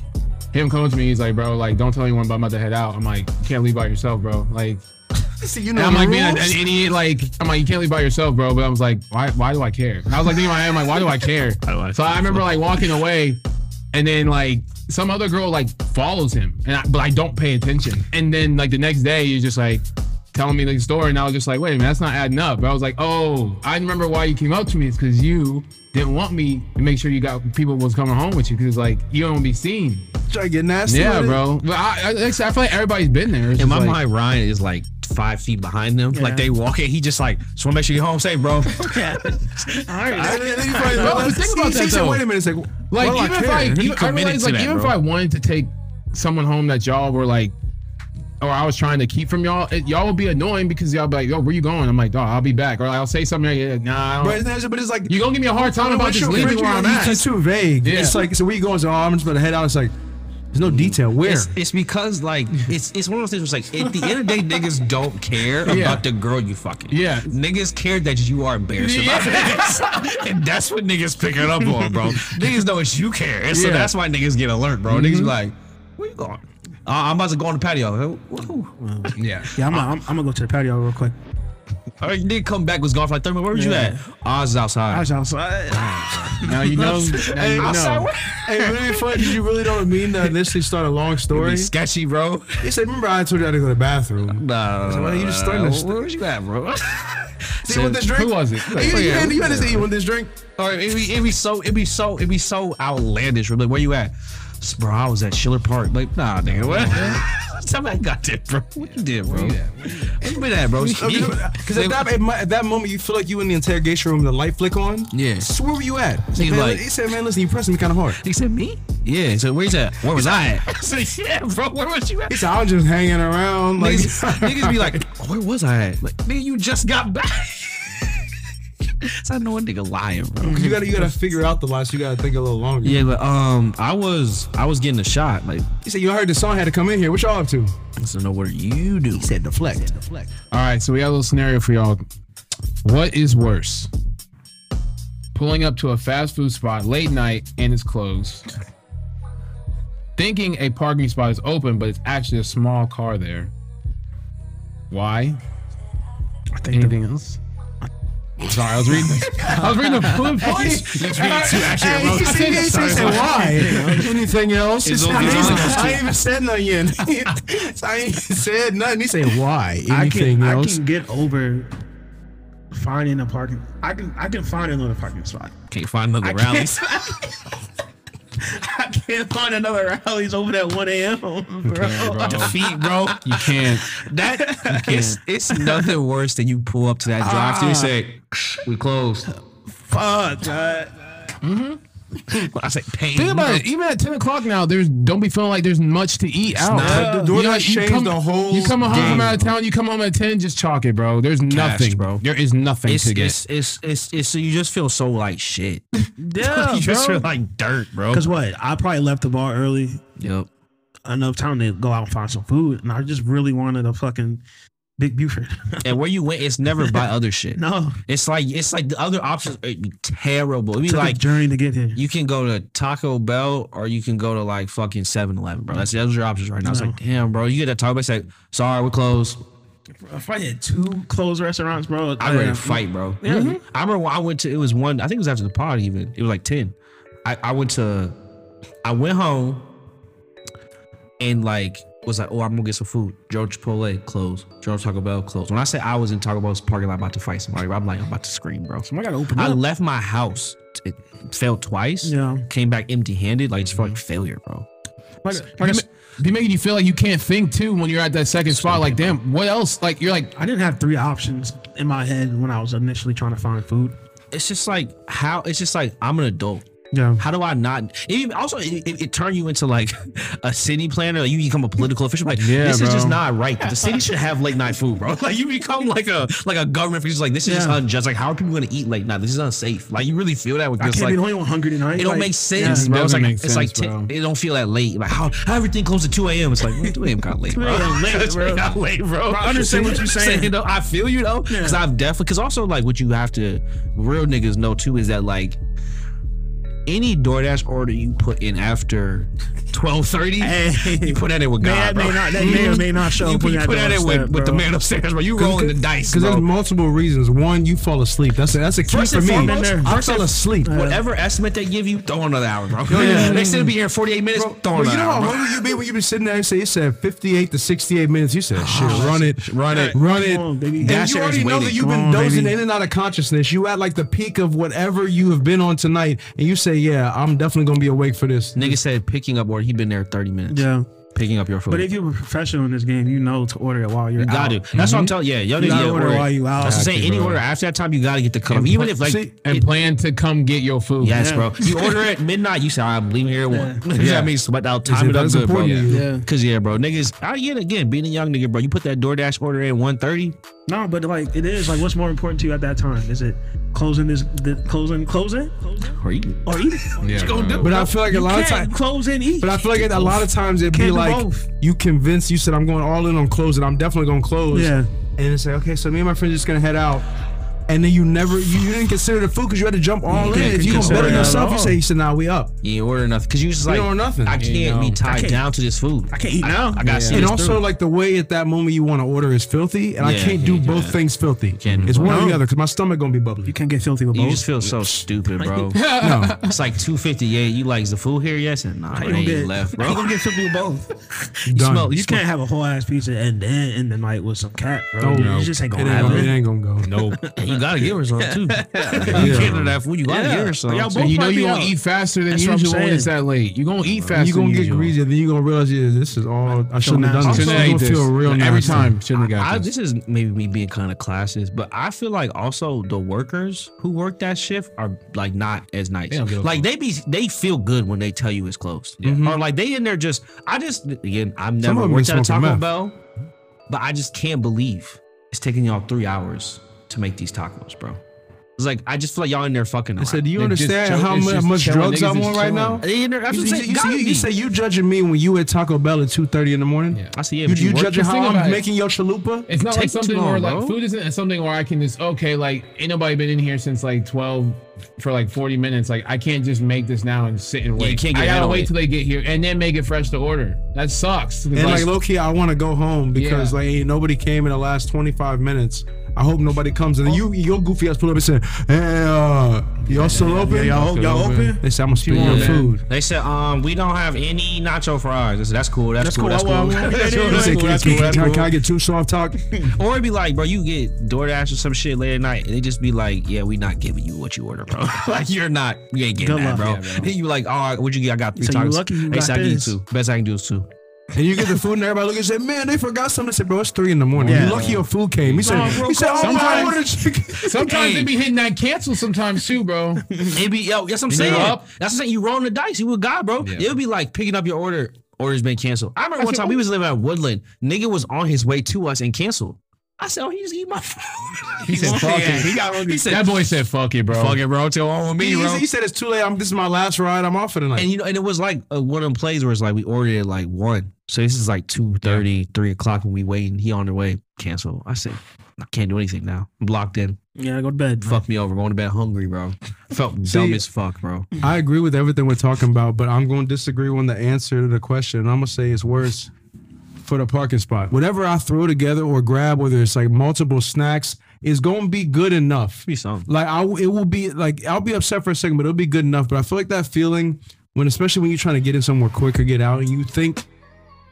S5: him coming to me, he's like, bro, like don't tell anyone, but I'm about to head out. I'm like, you can't leave by yourself, bro. Like
S2: See, you
S5: and
S2: know
S5: I'm
S2: the
S5: like being an,
S2: rules.
S5: an idiot. Like I'm like you can't leave by yourself, bro. But I was like, why? Why do I care? I was like thinking in my head, I'm like, why do I care?
S1: I
S5: so I remember like walking away, and then like some other girl like follows him, and I, but I don't pay attention. And then like the next day, you're just like, telling me the story, and I was just like, wait a minute, that's not adding up. But I was like, oh, I remember why you came up to me. It's because you didn't want me to make sure you got people was coming home with you because like you don't wanna be seen.
S2: Try to get nasty.
S5: yeah,
S2: with it?
S5: bro. But I, I, like I said, I feel like everybody's been there. It's
S1: In
S5: just
S1: my
S5: like-
S1: mind, Ryan is like five feet behind them. Like
S3: Yeah.
S1: they walk in, he just like just want to make sure you're home safe, bro.
S3: All right.
S2: And then- then you probably realize-
S5: think about
S2: see,
S5: that,
S2: see,
S5: though.
S2: Wait a minute, it's like,
S5: Like
S2: well,
S5: even if
S2: I
S5: I,
S2: can.
S1: He
S5: even, I
S1: committed
S5: realized
S1: to
S5: like
S1: that,
S5: even if
S1: bro.
S5: I wanted to take someone home that y'all were like, or I was trying to keep from y'all, it, y'all would be annoying because y'all be like, yo, where you going? I'm like, dog, I'll be back, or I'll say something. Like, nah, I
S2: But,
S5: don't-
S2: it's- but it's like
S5: you gonna give me a hard time
S2: But
S5: about
S2: once
S5: just
S2: you-
S5: leaving
S2: once
S5: where
S2: you-
S5: I'm
S2: it's
S5: at.
S2: too vague.
S5: Yeah.
S2: It's like so we go into oh, I'm just about to head out. It's like there's no
S3: Mm.
S2: detail. Where
S1: It's, it's because like it's it's one of those things where it's like at the end of the day, niggas don't care
S5: Yeah.
S1: about the girl you fucking.
S5: Yeah.
S1: Niggas care that you are embarrassed about it. and that's what niggas picking up on, bro. niggas know it's you care. And so
S5: Yeah.
S1: that's why niggas get alert, bro. Niggas
S3: Mm-hmm.
S1: be like, where you going? Uh, I'm about to go on the patio. Woo.
S5: Yeah.
S3: Yeah, I'm, I'm, I'm gonna go to the patio real quick.
S1: All right, you did come back, was gone for like 30 minutes. Where was
S3: Yeah.
S1: you at? Oz is outside.
S3: I was outside.
S5: Now you know. Now you
S2: hey,
S5: know.
S2: but it'd be funny because you really don't mean to initially start a long story.
S1: Be sketchy, bro.
S2: He said, "Remember, I told you I had to go to the bathroom."
S1: Nah,
S2: So why you just starting this-
S1: Where was you at, bro?
S2: Do you want this drink?
S5: Who was it?
S2: You, you,
S1: oh, Yeah.
S2: had- you had to say you want this drink.
S1: Or it'd Oh, be, it'd be so it'd be so it'd be so outlandish. We're Like, where you at? S- Bro, I was at Schiller Park. Like, nah, nigga, what? Tell me I got that, bro. What you did, bro? Where you been at, bro?
S2: Because at that, at, my, at that moment, you feel like you in the interrogation room, the light flick on.
S1: Yeah.
S2: So where were you at? He,
S1: He's
S2: man,
S1: like-
S2: he said, "Man, listen, you pressing me kind of hard."
S1: He said me? Yeah. So where's that? Where was I at? I said, yeah, bro. Where was you at?
S2: He said, "I was just hanging around." Like,
S1: niggas, niggas be like, where was I at? Like, nigga, you just got back. so I know a nigga lying, bro.
S2: you gotta, you gotta figure out the lie. So you gotta think a little longer.
S1: Yeah, but um, I was I was getting a shot. Like,
S2: He said, "You heard the song had to come in here. What y'all up to?"
S1: I don't know what you do.
S2: He said, "Deflect."
S5: All right, so we got a little scenario for y'all. What is worse? Pulling up to a fast food spot late night and it's closed. Thinking a parking spot is open, but it's actually a small car there. Why?
S3: I think the,
S5: Anything else? Sorry, I was reading. I was reading the food points.
S2: Hey, he said- he said- he said, why? Anything else? He
S1: It's
S2: said,
S1: all- it's all-
S2: I ain't even said nothing yet. I ain't said nothing. He said, why?
S3: I can
S2: Anything
S3: I
S2: else?
S3: can get over finding a parking. I can I can find another parking spot.
S1: Can't find another
S3: I
S1: rally.
S3: can't- I can't find another rallies over at 1 a.m., bro. oh,
S1: Defeat, bro.
S5: You can't.
S1: That it's it's nothing worse than you pull up to that drive through and say, "We closed."
S3: Fuck, dog.
S1: I say, "Pain."
S5: Think about it. Even at ten o'clock now, there's don't be feeling like there's much to eat out.
S2: not- the DoorDash
S5: know,
S2: changed the whole
S5: You come home
S2: game,
S5: from out of town. You come home at ten. Just chalk it, bro. There's nothing,
S1: bro.
S5: There is nothing
S1: It's
S5: to get.
S1: it's, it's it's it's so you just feel so like shit.
S3: Yeah,
S1: you just
S3: bro.
S1: feel like dirt, bro.
S3: Cause what? I probably left the bar early
S1: Yep.
S3: enough time to go out and find some food, and I just really wanted a fucking Big Buford.
S1: And where you went, it's never by other shit.
S3: no,
S1: It's like it's like the other options it'd be terrible. It'd be
S3: took a
S1: like
S3: journey to get here.
S1: you can go to Taco Bell or you can go to like fucking 7 Eleven, bro. That's those are your options right now. It's
S3: No.
S1: like, damn, bro, you get that Taco Bell, it's like, sorry, we're closed.
S3: if I had two closed restaurants, bro,
S1: I'm ready
S3: yeah. Mm-hmm.
S1: to fight, bro. I remember when I went to it was one. I think it was after the pod. Even it was like ten. I, I went to, I went home, and like was like, oh, I'm gonna get some food. Joe Chipotle closed. Joe Taco Bell closed. When I say I was in Taco Bell's parking lot about to fight somebody, bro, I'm like, I'm about to scream, bro.
S3: I gotta open
S1: I
S3: up.
S1: left my house. It failed twice.
S3: Yeah. Mm-hmm.
S1: Came back empty-handed, like just fucking failure, bro.
S3: Like,
S5: Be
S3: like I s-
S5: ma- be making you feel like you can't think too when you're at that second spot. Like, damn, what else? Like, you're like,
S3: I didn't have three options in my head when I was initially trying to find food.
S1: It's just like how. It's just like I'm an adult.
S3: Yeah.
S1: How do I not? it Even also, it, it, it turned you into like a city planner. Like you become a political official. Like
S5: Yeah,
S1: this is just
S5: bro.
S1: not right. The city should have late night food, bro. Like you become like a like a government. official. like this is just
S3: Yeah.
S1: unjust. Like how are people gonna eat late night? This is unsafe. Like you really feel that with
S3: I
S1: this.
S3: can't be
S1: Like
S3: the only one hungry tonight.
S1: it don't
S3: like,
S1: make sense,
S5: yeah.
S1: bro. It's
S5: Doesn't
S1: like
S5: make
S1: it's like
S5: sense,
S1: ten-
S5: bro.
S1: it don't feel that late. Like how, how everything closes at two a.m. It's like well, two a.m. kind of late, bro.
S3: 2 a.m. late,
S1: It's
S3: bro.
S1: kinda late, bro.
S3: I understand what you're saying.
S1: though. I feel you though, because I've definitely because also like what you have to real niggas know too is that like any DoorDash order you put in after twelve thirty. You put that in with
S3: Man,
S1: God,
S3: that may
S1: bro.
S3: not- that may or may not show
S1: You,
S3: up when
S1: you
S3: that
S1: put that
S3: dog
S1: in with,
S3: step,
S1: with the
S3: bro.
S1: man upstairs, bro. You rolling the dice,
S2: Because there's
S1: bro.
S2: multiple reasons. One, you fall asleep. That's that's a key
S1: First
S2: for
S1: and
S2: me.
S1: foremost,
S2: I
S1: first
S2: fell
S1: and-
S2: asleep.
S1: Whatever estimate they give you, throw another hour, bro. They said it'd be here in forty eight minutes. throw
S2: Bro, you
S1: another
S2: know how
S1: hour, bro.
S2: hungry you be when you been sitting there and say, you said 58 to 68 minutes. You said, shit,
S3: Oh,
S2: run it, run it, run it.
S3: on, baby.
S2: and
S1: That shit
S2: you
S1: is
S2: already know that
S1: waiting.
S2: you've
S3: Come
S2: been
S3: on,
S2: dozing
S3: baby.
S2: in and out of consciousness. You at like the peak of whatever you have been on tonight. And you say, yeah, I'm definitely going to be awake for this.
S1: Nigga said picking up order. He been there thirty minutes.
S3: Yeah.
S1: picking up your food.
S3: But if you're a professional in this game, you know to order it while you're
S1: You
S3: out.
S1: got to. That's what I'm telling. Yeah, yo,
S3: You
S1: nigga,
S3: gotta
S1: yeah,
S3: order while you out.
S1: That's what I'm saying. Any
S5: bro.
S1: order after that time, you got to get the cup. Even if like,
S2: see,
S5: and
S1: it-
S5: plan to come get your food.
S1: yes,
S3: Yeah.
S1: bro. You order at midnight. You say "All right, I'm leaving here at one. You know what I mean? But I'll
S2: it
S1: time it up
S2: that's
S1: good, bro.
S2: important to you?
S3: Yeah.
S1: Cause yeah, bro, niggas. Out yet again, being a young nigga, bro. You put that DoorDash order in 1:30.
S3: No, but like it is like what's more important to you at that time? Is it closing this the, closing closing
S1: Or you
S3: or eating?
S5: Yeah, bro.
S2: But I feel like a
S3: You
S2: lot of
S3: can't
S2: times.
S3: close and eat.
S2: But I feel like a lot of times it'd
S3: Can't
S2: be
S3: do
S2: like
S3: both.
S2: you convinced you said I'm going all in on closing. I'm definitely gonna close.
S3: Yeah.
S2: And it's like okay, so me and my friends just gonna head out, and then you never you, you didn't consider the food because you had to jump all in.
S1: can't
S2: If you don't
S1: consider
S2: bet on
S1: it at
S2: yourself, you
S3: all.
S2: say you said nah, we up.
S1: you ain't order nothing. Cause you just
S2: You
S1: like
S2: don't order nothing.
S1: I
S2: You
S1: can't be
S5: know.
S1: tied
S3: can't-
S1: down to this food. I
S3: can't eat now.
S1: I got to see
S2: and
S1: this
S2: also
S1: through.
S2: like the way at that moment you want to order is filthy, and I
S1: Yeah,
S2: can't
S1: you
S2: do
S1: can't do
S2: both
S1: that.
S2: things filthy.
S1: can't do
S2: It's
S1: both.
S2: one or the other because my stomach gonna be bubbly.
S3: you can't get filthy with
S1: you
S3: both.
S1: just feel so stupid, bro.
S2: no,
S1: it's like 258. You like is the food here? Yes and nah.
S3: You
S1: It
S3: gonna
S1: ain't
S3: get-
S1: left,
S3: You
S1: bro.
S3: gonna get filthy with both.
S1: You
S2: done.
S1: smell.
S3: You can't have a whole ass pizza and then end the night with some cat, bro.
S2: No,
S3: you
S2: no.
S3: just ain't
S2: it
S3: gonna
S2: ain't,
S3: happen.
S2: gonna, it ain't gonna go.
S5: Nope.
S1: You gotta give her something too. You can't do that food. You gotta
S3: Yeah.
S1: give her something.
S3: Y'all
S5: And you know
S3: Might be
S5: you're gonna
S3: out.
S5: eat faster than
S3: That's what I'm
S5: usual when
S3: saying.
S5: it's that late. You're gonna eat faster.
S2: You're gonna
S5: than
S2: get
S5: usual.
S2: greasy, then you're gonna realize, yeah, this is all I shouldn't have done.
S3: nasty. I'm
S2: This.
S5: Shouldn't
S2: It's
S5: have ate
S2: gonna
S5: this.
S2: feel real
S5: every
S2: nasty.
S5: time. Shouldn't have
S1: I,
S5: got this.
S1: this is maybe me being kind of classist, but I feel like also the workers who work that shift are like not as nice.
S5: They don't give a
S1: like they be they feel good when they tell you it's closed, or like they in there just. I just again I've
S2: Mm-hmm. Some
S1: never
S2: of 'em
S1: worked
S2: be
S1: at a
S2: smoking
S1: Taco
S2: meth.
S1: Bell, but I just can't believe it's taking y'all three hours to make these tacos, bro. It's like I just feel like y'all in there fucking.
S2: I said, do you
S5: They're just
S2: understand
S5: chill-
S2: how
S5: it's
S2: mu-
S5: just
S2: much
S5: chilling.
S2: drugs
S5: Niggas
S2: I'm
S5: is
S2: on right
S5: chilling.
S2: now?
S1: around. They in there- that's
S2: You,
S1: what I'm
S2: you-
S1: saying.
S2: you-
S1: Gotta
S2: you- you
S1: be.
S2: say you judging me when you at Taco Bell at 2.30 in the morning?
S5: Yeah.
S1: I said, yeah,
S2: You,
S1: but
S2: you,
S1: work
S2: judging
S5: Just
S2: how
S5: think
S2: I'm
S5: about it.
S2: making your chalupa?
S5: It's not like
S1: Take too
S5: something
S1: long,
S5: where like
S1: bro.
S5: food isn't something where I can just okay like ain't nobody been in here since like twelve for like forty minutes. Like I can't just make this now and sit and
S1: Yeah,
S5: wait.
S1: you can't get
S5: I
S1: ahead
S5: gotta
S1: of
S5: wait
S1: it.
S5: till they get here and then make it fresh to order. That sucks. 'cause,
S2: And like, low key, I want to go home because
S5: Yeah.
S2: like ain't nobody came in the last 25 minutes. I hope nobody comes. And then you, your goofy ass pull up and say, hey, uh, y'all still open?
S3: Y'all, y'all open?
S2: They say, I'm going to spit
S5: on,
S2: your
S5: man.
S2: food.
S1: They said, um, we don't have any nacho fries. I said, that's cool. That's, cool. That's cool. That's cool.
S2: They
S1: That's
S2: say,
S1: cool.
S2: can,
S1: That's
S2: can,
S1: cool.
S2: can,
S1: That's
S2: can,
S1: cool.
S2: I get two soft talk?
S1: Or it'd be like, bro, you get DoorDash or some shit late at night, and they just be like, yeah, we not giving you what you order, bro. like you're not, you ain't getting
S3: Good
S1: that,
S3: luck.
S1: bro.
S5: Yeah, bro.
S1: You like, oh, what'd you get? I got three
S3: So you
S1: tacos.
S3: lucky you
S1: they
S3: got
S1: said, I get you
S3: this.
S1: two. Best I can do is two.
S2: And you get the food, and everybody look and say, "Man, they forgot something." I said, "Bro, it's three in the morning.
S3: Yeah.
S2: You lucky your food came." He said,
S5: bro,
S2: "He said, oh,
S5: sometimes-
S2: I ordered chicken."
S5: sometimes
S1: Hey.
S5: they be hitting that cancel sometimes too, bro.
S1: It be yo, that's what I'm
S5: You
S1: saying.
S5: know up.
S1: That's what I'm saying. You rolling the dice. You with God, bro.
S5: Yeah.
S1: It would be like picking up your order. Order's been canceled. I remember one
S5: said,
S1: time we was living at Woodland. Nigga was on his way to us and canceled. I said, oh, he just eat my food.
S5: He said, "Fuck it."
S1: He got He said,
S5: that boy said, "Fuck it, bro."
S1: fuck it, bro. Till on with
S2: He,
S1: me,
S2: he-
S1: bro.
S2: he said, "It's too late. I'm, this is my last ride. I'm off for tonight."
S1: And you know, and it was like uh, one of them plays where it's like we ordered at like one. So this is like 2 3 o'clock when we waiting. He on the way, cancel. I said, I can't do anything now. I'm blocked in.
S3: Yeah, go to bed.
S1: Fuck me over. Going to bed hungry, bro. Felt
S2: See-
S1: dumb as fuck, bro.
S2: I agree with everything we're talking about, but I'm going to disagree on the answer to the question. I'm going to say it's worse for the parking spot. Whatever I throw together or grab, whether it's like multiple snacks, is going to be good enough.
S1: Be something.
S2: Like I, it will be like I'll be upset for a second, but it'll be good enough. But I feel like that feeling when, especially when you're trying to get in somewhere quick or get out, and you think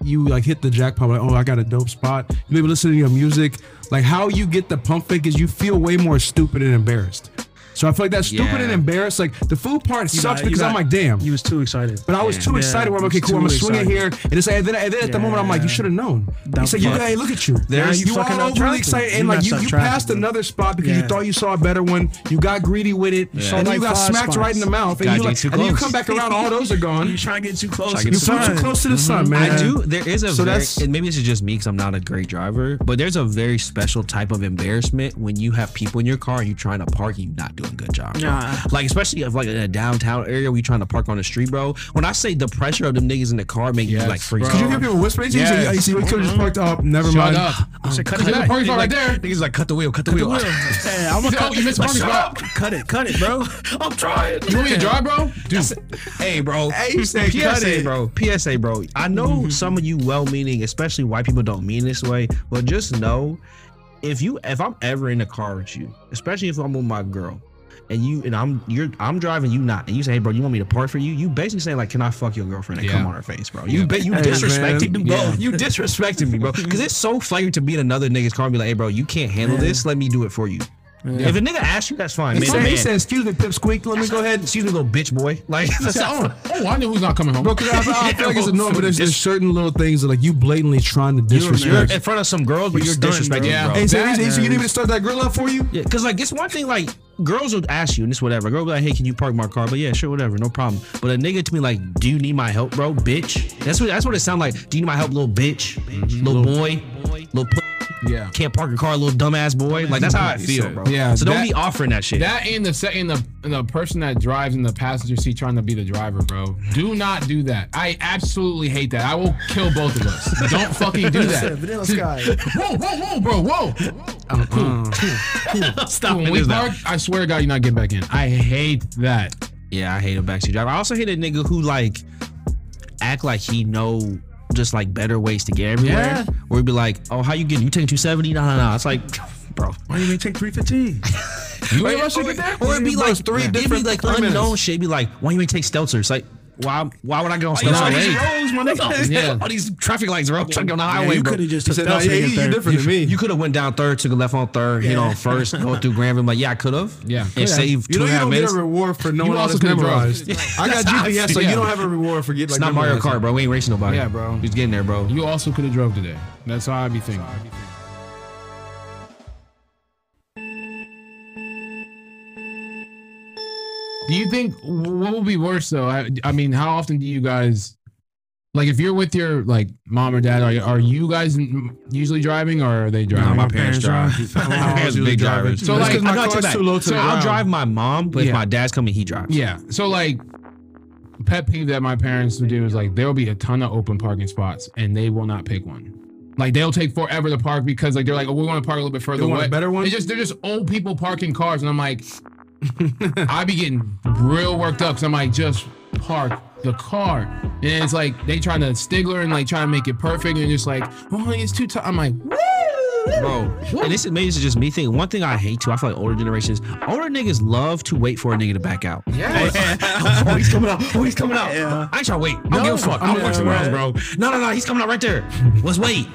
S2: you like hit the jackpot, like oh I got a dope spot. You maybe listen to your music. Like how you get the pump fake is you feel way more stupid and embarrassed. So I feel like that stupid
S1: Yeah.
S2: and embarrassed. Like the food part
S3: You
S2: sucks
S3: got- you
S2: because I'm
S3: got-
S2: like damn.
S3: You was too excited.
S2: But I was too
S3: Yeah,
S2: excited. Where I'm
S3: it
S2: like, okay,
S3: was
S2: cool. I'm gonna
S3: too
S2: swing it
S3: excited.
S2: here, and it's like, and then, and then at the moment, I'm like, you
S3: Yeah.
S2: should have known.
S3: That
S2: It's like, you,
S3: fuck.
S2: hey, look at you.
S3: There's-
S2: you
S3: you
S2: all
S3: fucking
S2: overly
S3: out traffic.
S2: excited,
S3: You
S2: and like
S3: messed
S2: you,
S3: up
S2: you
S3: traffic,
S2: passed
S3: bro.
S2: another spot because you
S3: Yeah.
S2: thought you saw a better one. You got greedy with it,
S1: Yeah.
S2: and then
S3: Like
S2: you got
S3: five
S2: smacked
S3: spots.
S2: right in the mouth, and
S1: Gotta
S2: you
S1: get
S2: like,
S1: too
S2: and then you
S1: close.
S2: come back around, all those are gone.
S3: You trying to get too
S1: Trying
S3: close?
S1: to get
S2: You
S1: It's
S2: flew too
S1: fine.
S2: close to the sun, man.
S1: Mm-hmm. I do. There is a
S2: So
S1: very,
S2: that's-
S1: and maybe this is just me because I'm not a great driver, but there's a very special type of embarrassment when you have people in your car and you trying to park and you not doing a good job. bro.
S3: Nah.
S1: Like especially if like in a downtown area where you trying to park on the street, bro. When I say the pressure of them niggas in the car make
S5: Yes,
S1: you like freeze.
S5: bro.
S2: Did you hear people whispering to you?
S5: Yes.
S2: Yeah, you see, we could have just parked up. Never
S5: Shut
S2: mind.
S5: up.
S1: I said, cut,
S5: Cut
S1: it
S5: the
S1: out.
S5: parking spot
S1: Like,
S5: right there.
S1: Niggas like cut the wheel, cut the wheel.
S3: Hey, I'm gonna
S5: Yo,
S3: cut
S5: you missed
S1: Like,
S5: parking
S1: shut
S5: spot.
S1: up. Cut it, cut it, bro. I'm trying.
S5: You want me to drive, bro?
S1: Dude, hey, bro.
S2: Hey, you said
S1: PSA,
S2: cut it. Mm-hmm.
S1: bro. PSA, bro. I know some of you well-meaning, especially white people, don't mean this way, but just know if you if I'm ever in a car with you, especially if I'm with my girl, and you and I'm you're I'm driving you not, and you say, hey, bro, you want me to park for you? You basically saying like, can I fuck your girlfriend and
S5: Yeah.
S1: come on her face, bro? You
S5: Yeah.
S1: ba- you
S2: Hey,
S1: disrespected
S2: man.
S1: me, bro.
S5: Yeah.
S1: You disrespected me, bro. Because it's so flagrant to be in another nigga's car and be like, hey, bro, you can't handle this. Let me do it for you. If a nigga asks you, that's fine.
S2: He
S1: Man, to
S2: said,
S1: man.
S2: he said, excuse me, Pip Squeak. Let me
S1: Go ahead, excuse me, little bitch boy. Like, that's
S5: Oh, oh, I knew who's not coming home.
S2: Bro, 'cause I, I, I feel like it's annoying, but there's, there's certain little things that like you blatantly trying to
S1: You're, you're in
S2: disrespect.
S1: front of some girls, but you're
S3: stunting,
S1: disrespecting,
S3: bro.
S1: them, bro.
S2: Hey, so,
S5: That-
S2: you- so you need me to start that grill up for you?
S1: Yeah, because like it's one thing like girls will ask you and it's whatever. Girl will be like, hey, can you park my car? But yeah, sure, whatever, no problem. But a nigga to me like, do you need my help, bro, bitch? That's what that's what it sounds like. Do you need my help, little bitch,
S5: Mm-hmm.
S1: little boy, little p-
S5: Yeah.
S1: can't park your car, little dumbass boy? Like that's how I feel, bro.
S5: Yeah,
S1: So don't
S5: that-
S1: be offering that shit.
S5: That and the second the and the person that drives in the passenger seat trying to be the driver, bro. Do not do that. I absolutely hate that. I will kill both of us. Don't fucking do that.
S3: Vanilla Sky.
S5: Whoa, whoa, whoa, bro, whoa.
S1: Stop
S5: When
S1: it.
S5: we
S1: is that-
S5: park, I swear to God, you're not getting back in. I hate that.
S1: Yeah, I hate a backseat driver. I also hate a nigga who like act like he know just like better ways to get everywhere.
S5: Yeah.
S1: Or he'd be like, oh, how you getting? You taking 270? Nah, nah, nah. It's like, bro.
S3: Why you gonna take 315?
S5: You ain't
S1: Or,
S5: rushing to get there?
S1: or it'd be
S2: Bro,
S1: like
S2: it's three
S1: it'd be
S2: different-
S1: like
S2: three
S1: unknown
S2: minutes.
S1: shit. It'd be like, why you ain't take Stelter? It's like, why why would I get on Stelter?
S5: nah,
S1: Like,
S5: these
S1: roads, my nigga.
S5: Yeah.
S1: All these traffic lights, bro. Trying to get on the highway,
S3: you
S1: bro.
S3: could have just
S2: He
S3: took
S2: said, no,
S3: that
S2: yeah,
S3: yeah,
S2: you- you're different than me.
S1: You could have went down third, took a left on third, hit on first, going through Granville. I'm like, yeah, I could have.
S5: Yeah.
S1: and saved
S2: You
S1: two
S2: know
S1: and a
S2: you
S1: half
S2: don't
S1: minutes.
S2: get a reward for knowing all
S5: also
S2: this
S5: couldn't drive.
S2: memorized. I got GPS, so
S5: Yeah.
S2: you don't have a reward for getting like
S1: It's not Mario
S2: memorizing.
S1: Kart, bro. We ain't racing nobody.
S5: Yeah, bro.
S1: He's getting there, bro.
S5: You also could have drove today. That's how I'd be thinking. Do you think what would be worse though? I, I mean, how often do you guys like if you're with your like mom or dad? Are, are you guys n- usually driving or are they driving?
S1: Nah, my parents drive. My parents
S2: usually
S1: big
S2: drive.
S1: drivers.
S5: So,
S1: That's
S5: like,
S1: 'cause my
S2: I got
S1: car's
S2: you
S1: too
S2: back.
S1: low to
S5: So
S1: the
S5: I'll
S1: ground. I'll
S5: drive
S1: drive my mom, but
S5: Yeah.
S1: if my dad's coming, he drives.
S5: Yeah. So like pet peeve that my parents would do is like there will be a ton of open parking spots and they will not pick one. Like they'll take forever to park because like they're like, oh, we want to park a little bit further
S2: They want a
S5: away.
S2: better one?
S5: They just they're just old people parking cars, and I'm like, I be getting real worked up. Cause I'm like, just park the car, and it's like they trying to Stigler and like trying to make it perfect, and just like, oh, it's too tight. I'm like,
S1: Bro, and this is maybe this is just me thinking. One thing I hate too, I feel like older generations, older niggas love to wait for a nigga to back out.
S5: yeah,
S1: oh, he's coming out. Oh, he's coming out.
S3: Yeah.
S1: I ain't trying to wait. I don't give a fuck. I'll work somewhere else, bro. No, no, no. He's coming out right there. Let's wait.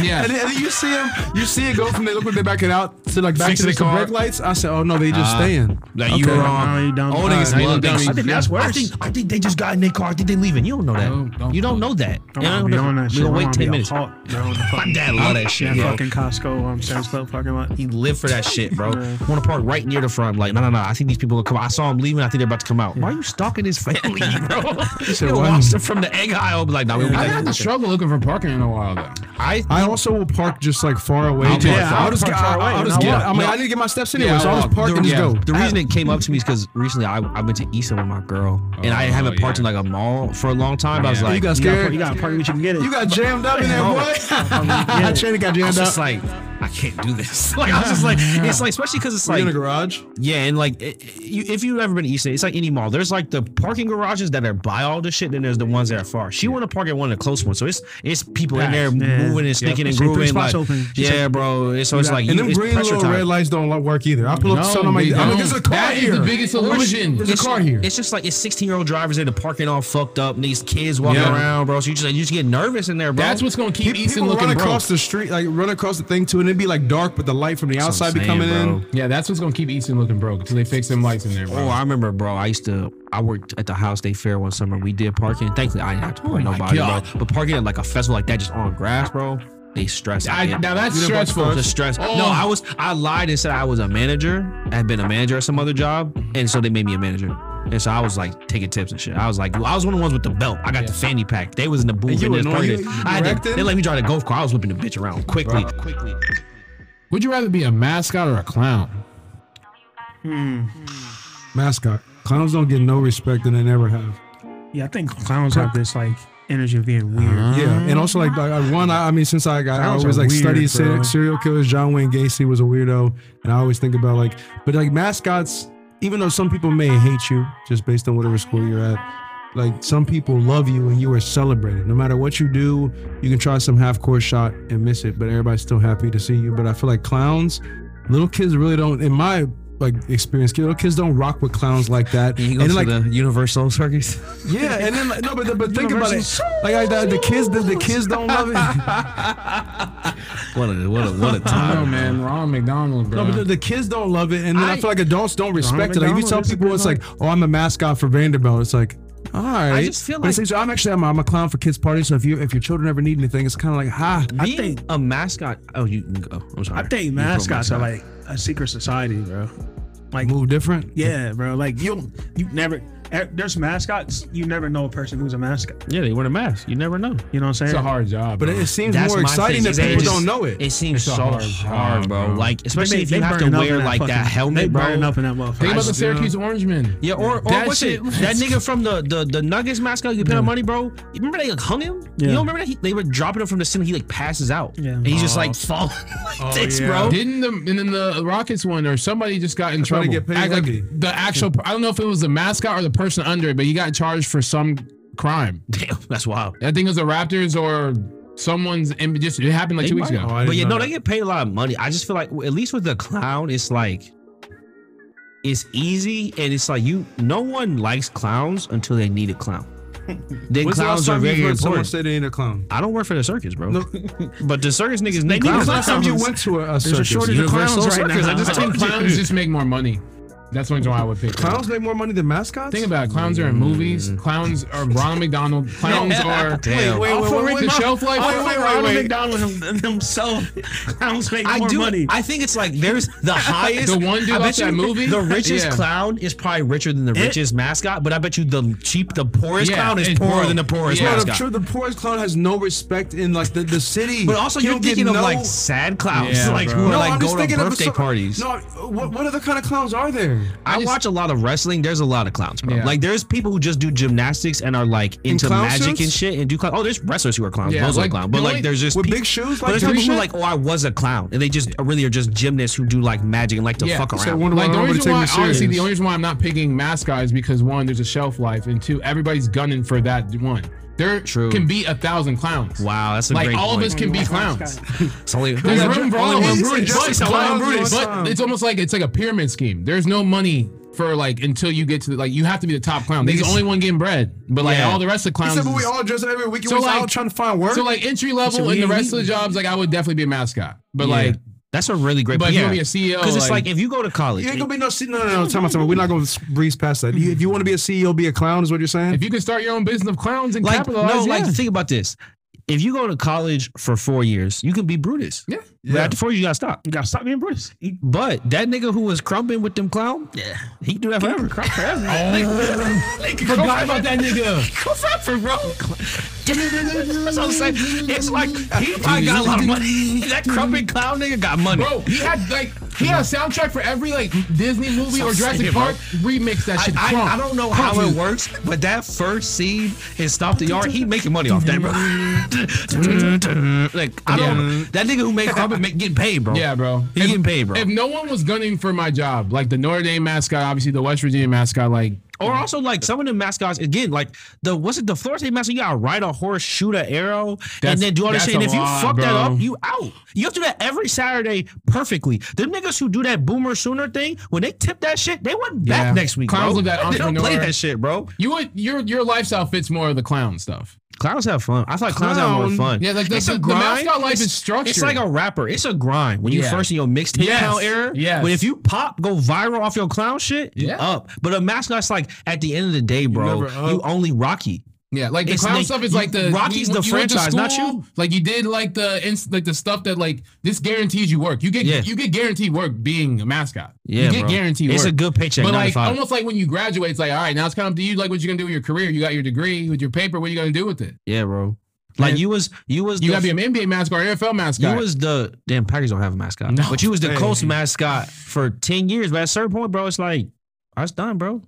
S5: yeah.
S2: And then, and then you see him, you see it go from they look like they back it out to like back
S1: Fix
S2: to
S1: the
S2: the
S1: car.
S2: brake lights. I said, oh no, they just staying.
S1: Like you um,
S2: Okay.
S1: were
S3: Nah, you
S1: wrong.
S3: dumb.
S1: Old
S5: Nah,
S1: niggas
S5: you
S1: love
S5: dumb.
S1: dummies.
S5: I think that's
S1: I think, I think they just got in their car. I think they leaving. You don't know that.
S5: No, don't
S1: you don't
S5: fuck.
S1: know that.
S3: I'm
S1: And I
S3: gonna
S1: don't
S3: be
S1: know-
S3: on that
S1: we
S3: shit.
S1: gonna
S3: I'm
S1: wait
S3: gonna
S1: ten
S3: be a
S1: minutes.
S3: Hulk, bro. The fuck-
S1: My dad love that shit,
S3: That
S1: bro.
S3: fucking Costco on Sam's Club parking lot.
S1: He lived for that shit, bro. Want to park right near the front? I'm like, no, no, no. I think these people will come. I saw him leaving. I think they're about to come out. Why are you stalking his family, bro? you
S2: said,
S1: know,
S2: "Why?"
S1: watched him from the egg aisle. Be like, nah, we
S5: I
S1: yeah.
S5: had to struggle looking for parking in a while though.
S1: I,
S2: I also will park just like far away.
S1: I'll
S2: too.
S1: park far-
S2: I'll just,
S1: park
S2: get-
S1: far
S2: I'll,
S1: away
S2: I'll
S1: and
S2: just
S1: I'll
S2: get.
S1: walk.
S2: I mean,
S1: No.
S2: I need to get my steps anyway,
S5: Yeah,
S2: so
S5: I'll
S2: I'll just
S5: walk.
S2: park and just
S5: Yeah.
S2: go.
S1: The reason it came up to me is because recently I, I went to Easton with my girl and I
S5: Oh,
S1: haven't parked
S5: yeah.
S1: in like a mall for a long time. I was
S5: yeah.
S1: like,
S2: You got
S3: You gotta,
S2: scared.
S3: you gotta park what you can get it.
S2: You got jammed up in there, boy. I trained got
S1: I was
S2: jammed
S1: just
S2: up.
S1: like, I can't do this. Like I was just like, it's like especially because it's
S2: Were you
S1: like
S2: in the garage.
S1: Yeah, and like it, it- you, if you've ever been to Easton, it's like any mall. There's like the parking garages that are by all the shit, then there's the ones that are far. She want to park at one of the close ones, so it's it's people in there
S3: Packed, yeah.
S1: moving and sneaking and
S3: She said three
S1: grooving.
S3: spots
S1: Like,
S3: open. She
S1: yeah,
S3: said-
S1: bro. It's, so it's like
S2: And
S1: you,
S2: them
S1: it's
S2: green
S1: pressure
S2: little
S1: time.
S2: red lights don't like work either. I pull up to
S5: No,
S2: something, I'm
S5: Oh, they
S2: like, I'm
S5: don't.
S2: like, there's a car
S5: That is
S2: here.
S5: the biggest illusion.
S2: There's a car here.
S1: It's just like it's 16 year old drivers in the parking all fucked up, and these kids walking
S5: Yeah.
S1: around, bro. So you just like, you just get nervous in there, bro.
S5: That's what's gonna keep
S2: Pe-
S5: Easton
S2: People run
S5: looking broke.
S2: across the street, like run across the thing too, and it'd be like dark, but the light from the
S1: That's what I'm
S2: outside be
S1: saying,
S2: coming
S1: bro.
S2: in.
S5: Yeah, that's what's gonna keep Easton looking broke until they fix them lights in there. Bro.
S1: Oh, I remember, bro. I used to. I worked at the house day fair one summer. We did parking. Thankfully, I didn't have to park
S5: my
S1: nobody, bro.
S5: God.
S1: But parking at like a festival like that, just on grass, bro. They stress.
S5: I,
S1: me out.
S5: now that's
S2: You didn't watch
S5: stressful.
S1: the stress.
S5: Oh.
S1: No, I was. I lied and said I was a manager. I had been a manager at some other job, and so they made me a manager. And so I was like taking tips and shit. I was like, I was one of the ones with the belt. I got the fanny pack. They was in the booth.
S2: you
S1: in this
S2: annoying?
S1: party.
S2: You
S1: I had to,
S2: directing?
S1: they let me drive the golf cart. I was whipping the bitch around quickly.
S5: Would you rather be a mascot or a clown?
S2: Mascot. Clowns don't get no respect and they never have.
S3: Yeah, I think clowns have this like energy of being weird.
S1: Uh-huh.
S2: Yeah, and also like, like I- one, I, I mean, since I got, I
S3: Mm-hmm. Sounds
S2: always
S3: are
S2: like
S3: weird,
S2: studied se-
S3: bro.
S2: serial killers. John Wayne Gacy was a weirdo, and I always think about like, but like mascots, even though some people may hate you just based on whatever school you're at, like some people love you and you are celebrated. No matter what you do, you can try some half court shot and miss it, but everybody's still happy to see you. But I feel like clowns, little kids really don't, in my like experience, little kids don't rock with clowns like that.
S1: You
S2: And
S1: go
S2: then,
S1: to
S2: like,
S1: the Universal Circus.
S2: yeah, and then like, no, but but think about it. Like I, the, the kids, the, the kids don't love it.
S1: What a what a what a
S5: I know,
S1: time,
S5: man. Ronald McDonald, bro.
S2: No, but the, the kids don't love it, and then I,
S5: I-
S2: feel like adults don't respect it. Like if you
S3: McDonald
S2: tell
S3: is a
S2: people
S3: good
S2: it's like, "Oh, I'm a mascot for Vanderbilt," it's like, "All right."
S1: just feel
S2: But it's
S1: like-
S2: I'm actually I'm, I'm a clown for kids parties. So if you if your children ever need anything, it's kind of like, "Ha."
S3: I
S1: Being
S3: think
S1: a mascot. Oh, you can go. I'm sorry.
S3: I think
S1: You pro
S3: mascots are
S1: mascot.
S3: like a secret society, bro.
S2: Like move different.
S3: Yeah, bro. Like you, you never. er, There's mascots. You never know a person who's a mascot.
S1: yeah, they wear a mask. You never know.
S3: You know what I'm
S5: it's a
S3: saying?
S5: hard job.
S2: But
S5: bro.
S2: it, it seems
S1: That's
S2: more
S1: my
S2: exciting
S1: thing,
S2: if
S1: is they
S2: people
S1: just-
S2: don't know it.
S1: It seems
S5: It's a
S1: so
S5: hard
S1: hard,
S5: job,
S1: bro.
S5: bro.
S1: Like especially
S3: They-
S1: if
S3: they
S1: you have to
S3: burn up
S1: wear
S3: in that
S1: like that
S3: fucking- They
S1: helmet, bro.
S3: burn up in that motherfucker.
S5: Think about the
S1: just-
S5: Syracuse Orange men.
S1: Yeah, or, or
S5: That
S1: what's
S5: shit-
S1: it? That nigga from the the the Nuggets mascot, you pay him money, bro. You remember they like hung him? You
S3: Yeah.
S1: don't remember that? He, they were dropping him from the ceiling. He like passes out,
S3: Yeah. Oh.
S1: and he's just like falling like this, bro.
S5: Didn't the and then the Rockets one or somebody just got in
S2: why they
S5: trouble?
S2: get paid
S5: Act like
S2: lucky.
S5: the actual, I don't know if it was the mascot or the person under it, but he got charged for some crime.
S1: Damn, that's wild.
S5: I think it was the Raptors or someone's. And just it happened like
S1: They
S5: two weeks
S1: might-
S5: ago.
S2: Oh, I
S1: But
S2: didn't
S1: yeah,
S2: know
S1: no,
S2: that.
S1: they get paid a lot of money. I just feel like at least with the clown, it's like it's easy and it's like you. No one likes clowns until they need a clown. Then
S2: When's the last
S1: clowns are
S2: time you
S1: very
S2: heard someone
S1: important.
S2: say they ain't a clown?
S1: I don't work for the circus, bro. but the circus niggas
S3: They
S1: need
S3: need
S2: When's
S1: clowns.
S2: the last time you
S3: clowns.
S2: went to a, a circus?
S3: shortage of
S2: Universal
S3: clowns right
S2: circus.
S3: now.
S2: I just
S5: I think
S2: told you.
S5: clowns just make more money. That's one reason why I would pick them.
S2: Clowns make more money than mascots.
S5: Think about it. Clowns are in movies. Clowns are Ronald McDonald. Clowns are.
S1: Damn.
S2: wait, wait, wait,
S5: The
S2: wait,
S5: shelf life.
S3: Wait, wait, Ronald McDonald him- himself. Clowns make
S1: I
S3: more
S1: do.
S3: money.
S1: I think it's like there's the highest.
S5: The one dude
S1: I
S5: off
S1: bet
S5: that movie?
S1: The richest
S5: Yeah.
S1: clown is probably richer than the richest mascot, but I bet you the cheap, the poorest
S5: Yeah,
S1: clown is
S5: it's
S1: poorer
S5: broke.
S1: than the poorest
S5: Yeah.
S2: No, the,
S1: mascot.
S2: true, the poorest clown has no respect in like the, the city.
S1: But also, you're
S2: He'll get
S1: thinking of
S2: no-
S1: like sad clowns,
S5: Yeah,
S1: like
S5: bro.
S1: who are
S5: No,
S1: like
S2: I'm just
S1: go to
S2: thinking of the
S1: birthday
S2: so-
S1: parties.
S2: No, what, what other kind of clowns are there?
S1: I,
S5: I just-
S1: watch a lot of wrestling. There's a lot of clowns, bro.
S5: Yeah.
S1: Like there's people who just do gymnastics and are like into
S2: clown
S1: magic
S2: suits?
S1: and shit and do clown. Oh, there's wrestlers who are clowns.
S5: Yeah,
S1: Bozo
S5: like,
S1: clown. But
S5: the
S1: like,
S5: only-
S1: there's just
S2: With
S1: pe-
S2: big shoes,
S1: But
S2: like
S1: there's people who are
S5: Jewish
S1: like, oh, I was a clown, and they just really are just gymnasts who do like magic and like to
S5: Yeah.
S1: fuck
S2: So
S1: around.
S2: one of
S5: Like the
S2: our
S5: only
S2: to take
S5: reason
S2: me
S5: why, honestly, the
S2: serious.
S5: only reason why I'm not picking mascot is because one, there's a shelf life, and two, everybody's gunning for that one. There
S1: True.
S5: can be a thousand clowns.
S1: wow, that's a
S5: Like
S1: great
S5: all
S1: point.
S5: of us can be clowns.
S1: It's only
S5: There's room for all of them.
S2: He's
S5: Brutus,
S2: just
S5: but-
S2: a clown all the time.
S5: But it's almost like it's like a pyramid scheme. There's no money for like until you get to the, like you have to be the top clown. He's the
S1: Niggas-
S5: only one getting bread, but like
S1: Yeah.
S5: all the rest of the clowns.
S2: Except when we
S5: is-
S1: Um,
S2: all dress up every week,
S5: So,
S2: so we all
S5: like-
S2: trying to find work.
S5: so like entry level and the rest of the jobs, like I would definitely be a mascot. But like,
S1: that's a really great.
S5: but
S1: point.
S5: if you wanna be a CEO,
S1: because it's
S5: like-
S1: like if you go to college,
S2: E you ain't gonna be no se- no no no. Time out, time out. We're not gonna breeze past that. You, if you want to be a CEO, be a clown. Is what you're saying?
S5: if you could start your own business of clowns and
S1: like
S5: capitalize,
S1: no,
S5: yeah.
S1: like think about this. If you go to college for four years, you can be Brutus.
S5: Yeah.
S1: But after four years, you gotta stop.
S3: You gotta stop being Bruce. You
S1: But that nigga who was crumping with them clown, yeah, he do that forever. Oh, Crump forever.
S5: forgot about that nigga.
S1: Go forever, bro. That's what I'm saying. It's like he probably got a lot of money. That crumping clown nigga got money.
S5: Bro, he had like he had a soundtrack for every like Disney movie or
S1: I'm
S5: Jurassic
S1: saying,
S5: Park remix that shit.
S1: I,
S5: Crunk.
S1: I, I don't know how it works, but that first scene in Stop the Yard, he making money off that, bro. like I don't. That nigga who made Crumpet make getting paid, bro.
S5: Yeah, bro.
S1: He getting paid, bro.
S5: If no one was gunning for my job, like the Notre Dame mascot, obviously the West Virginia mascot, like
S1: Or also like some of the mascots again, like the what's it the Florida State mascot? You gotta ride a horse, shoot an arrow,
S5: That's-
S1: and then do all this
S5: that's
S1: shit. And
S5: a
S1: if you
S5: lot,
S1: fuck that
S5: bro.
S1: up, you out. You have to do that every Saturday perfectly. Them niggas who do that boomer sooner thing, when they tip that shit, they went back
S5: Yeah.
S1: next week.
S5: Clowns
S1: bro.
S5: of that
S1: they don't play
S5: entrepreneur.
S1: that shit, bro.
S5: you would your your lifestyle fits more of the clown stuff.
S1: Clowns have fun. I thought clowns have more
S5: Clown-
S1: fun.
S5: yeah, like the-
S1: It's a
S5: the- the mascot life is structured.
S1: It's like a rapper. It's a grind when you
S5: Yeah.
S1: first in your mixtape
S5: Yes.
S1: pound era.
S5: Yes.
S1: But if you pop, go viral off your clown shit, you
S5: Yeah.
S1: up. But a mascot's like at the end of the day, bro,
S2: never up.
S1: you only Rocky.
S5: Yeah, like the
S1: It's
S5: clown
S1: like-
S5: stuff is
S1: you-
S5: like the
S1: Rocky's the
S5: went to
S1: franchise, not you.
S5: Like you did like the ins- like the stuff that like this guarantees you work. You get
S1: Yeah.
S5: you get guaranteed work being a mascot.
S1: Yeah,
S5: you get
S1: bro.
S5: guaranteed work.
S1: It's a good paycheck,
S5: But
S1: nine to
S5: like
S1: five.
S5: almost like when you graduate, it's like all right, now it's kind of up to you. Like what you gonna do with your career? You got your degree with your paper. What you gonna do with it?
S1: Yeah, bro. Like you was you was the-
S5: You gotta be an NBA mascot or NFL mascot.
S1: You was the damn Packers don't have a mascot,
S5: No.
S1: but you was the
S5: Hey.
S1: Colts mascot for ten years. But at a certain point, bro, it's like it's done, bro.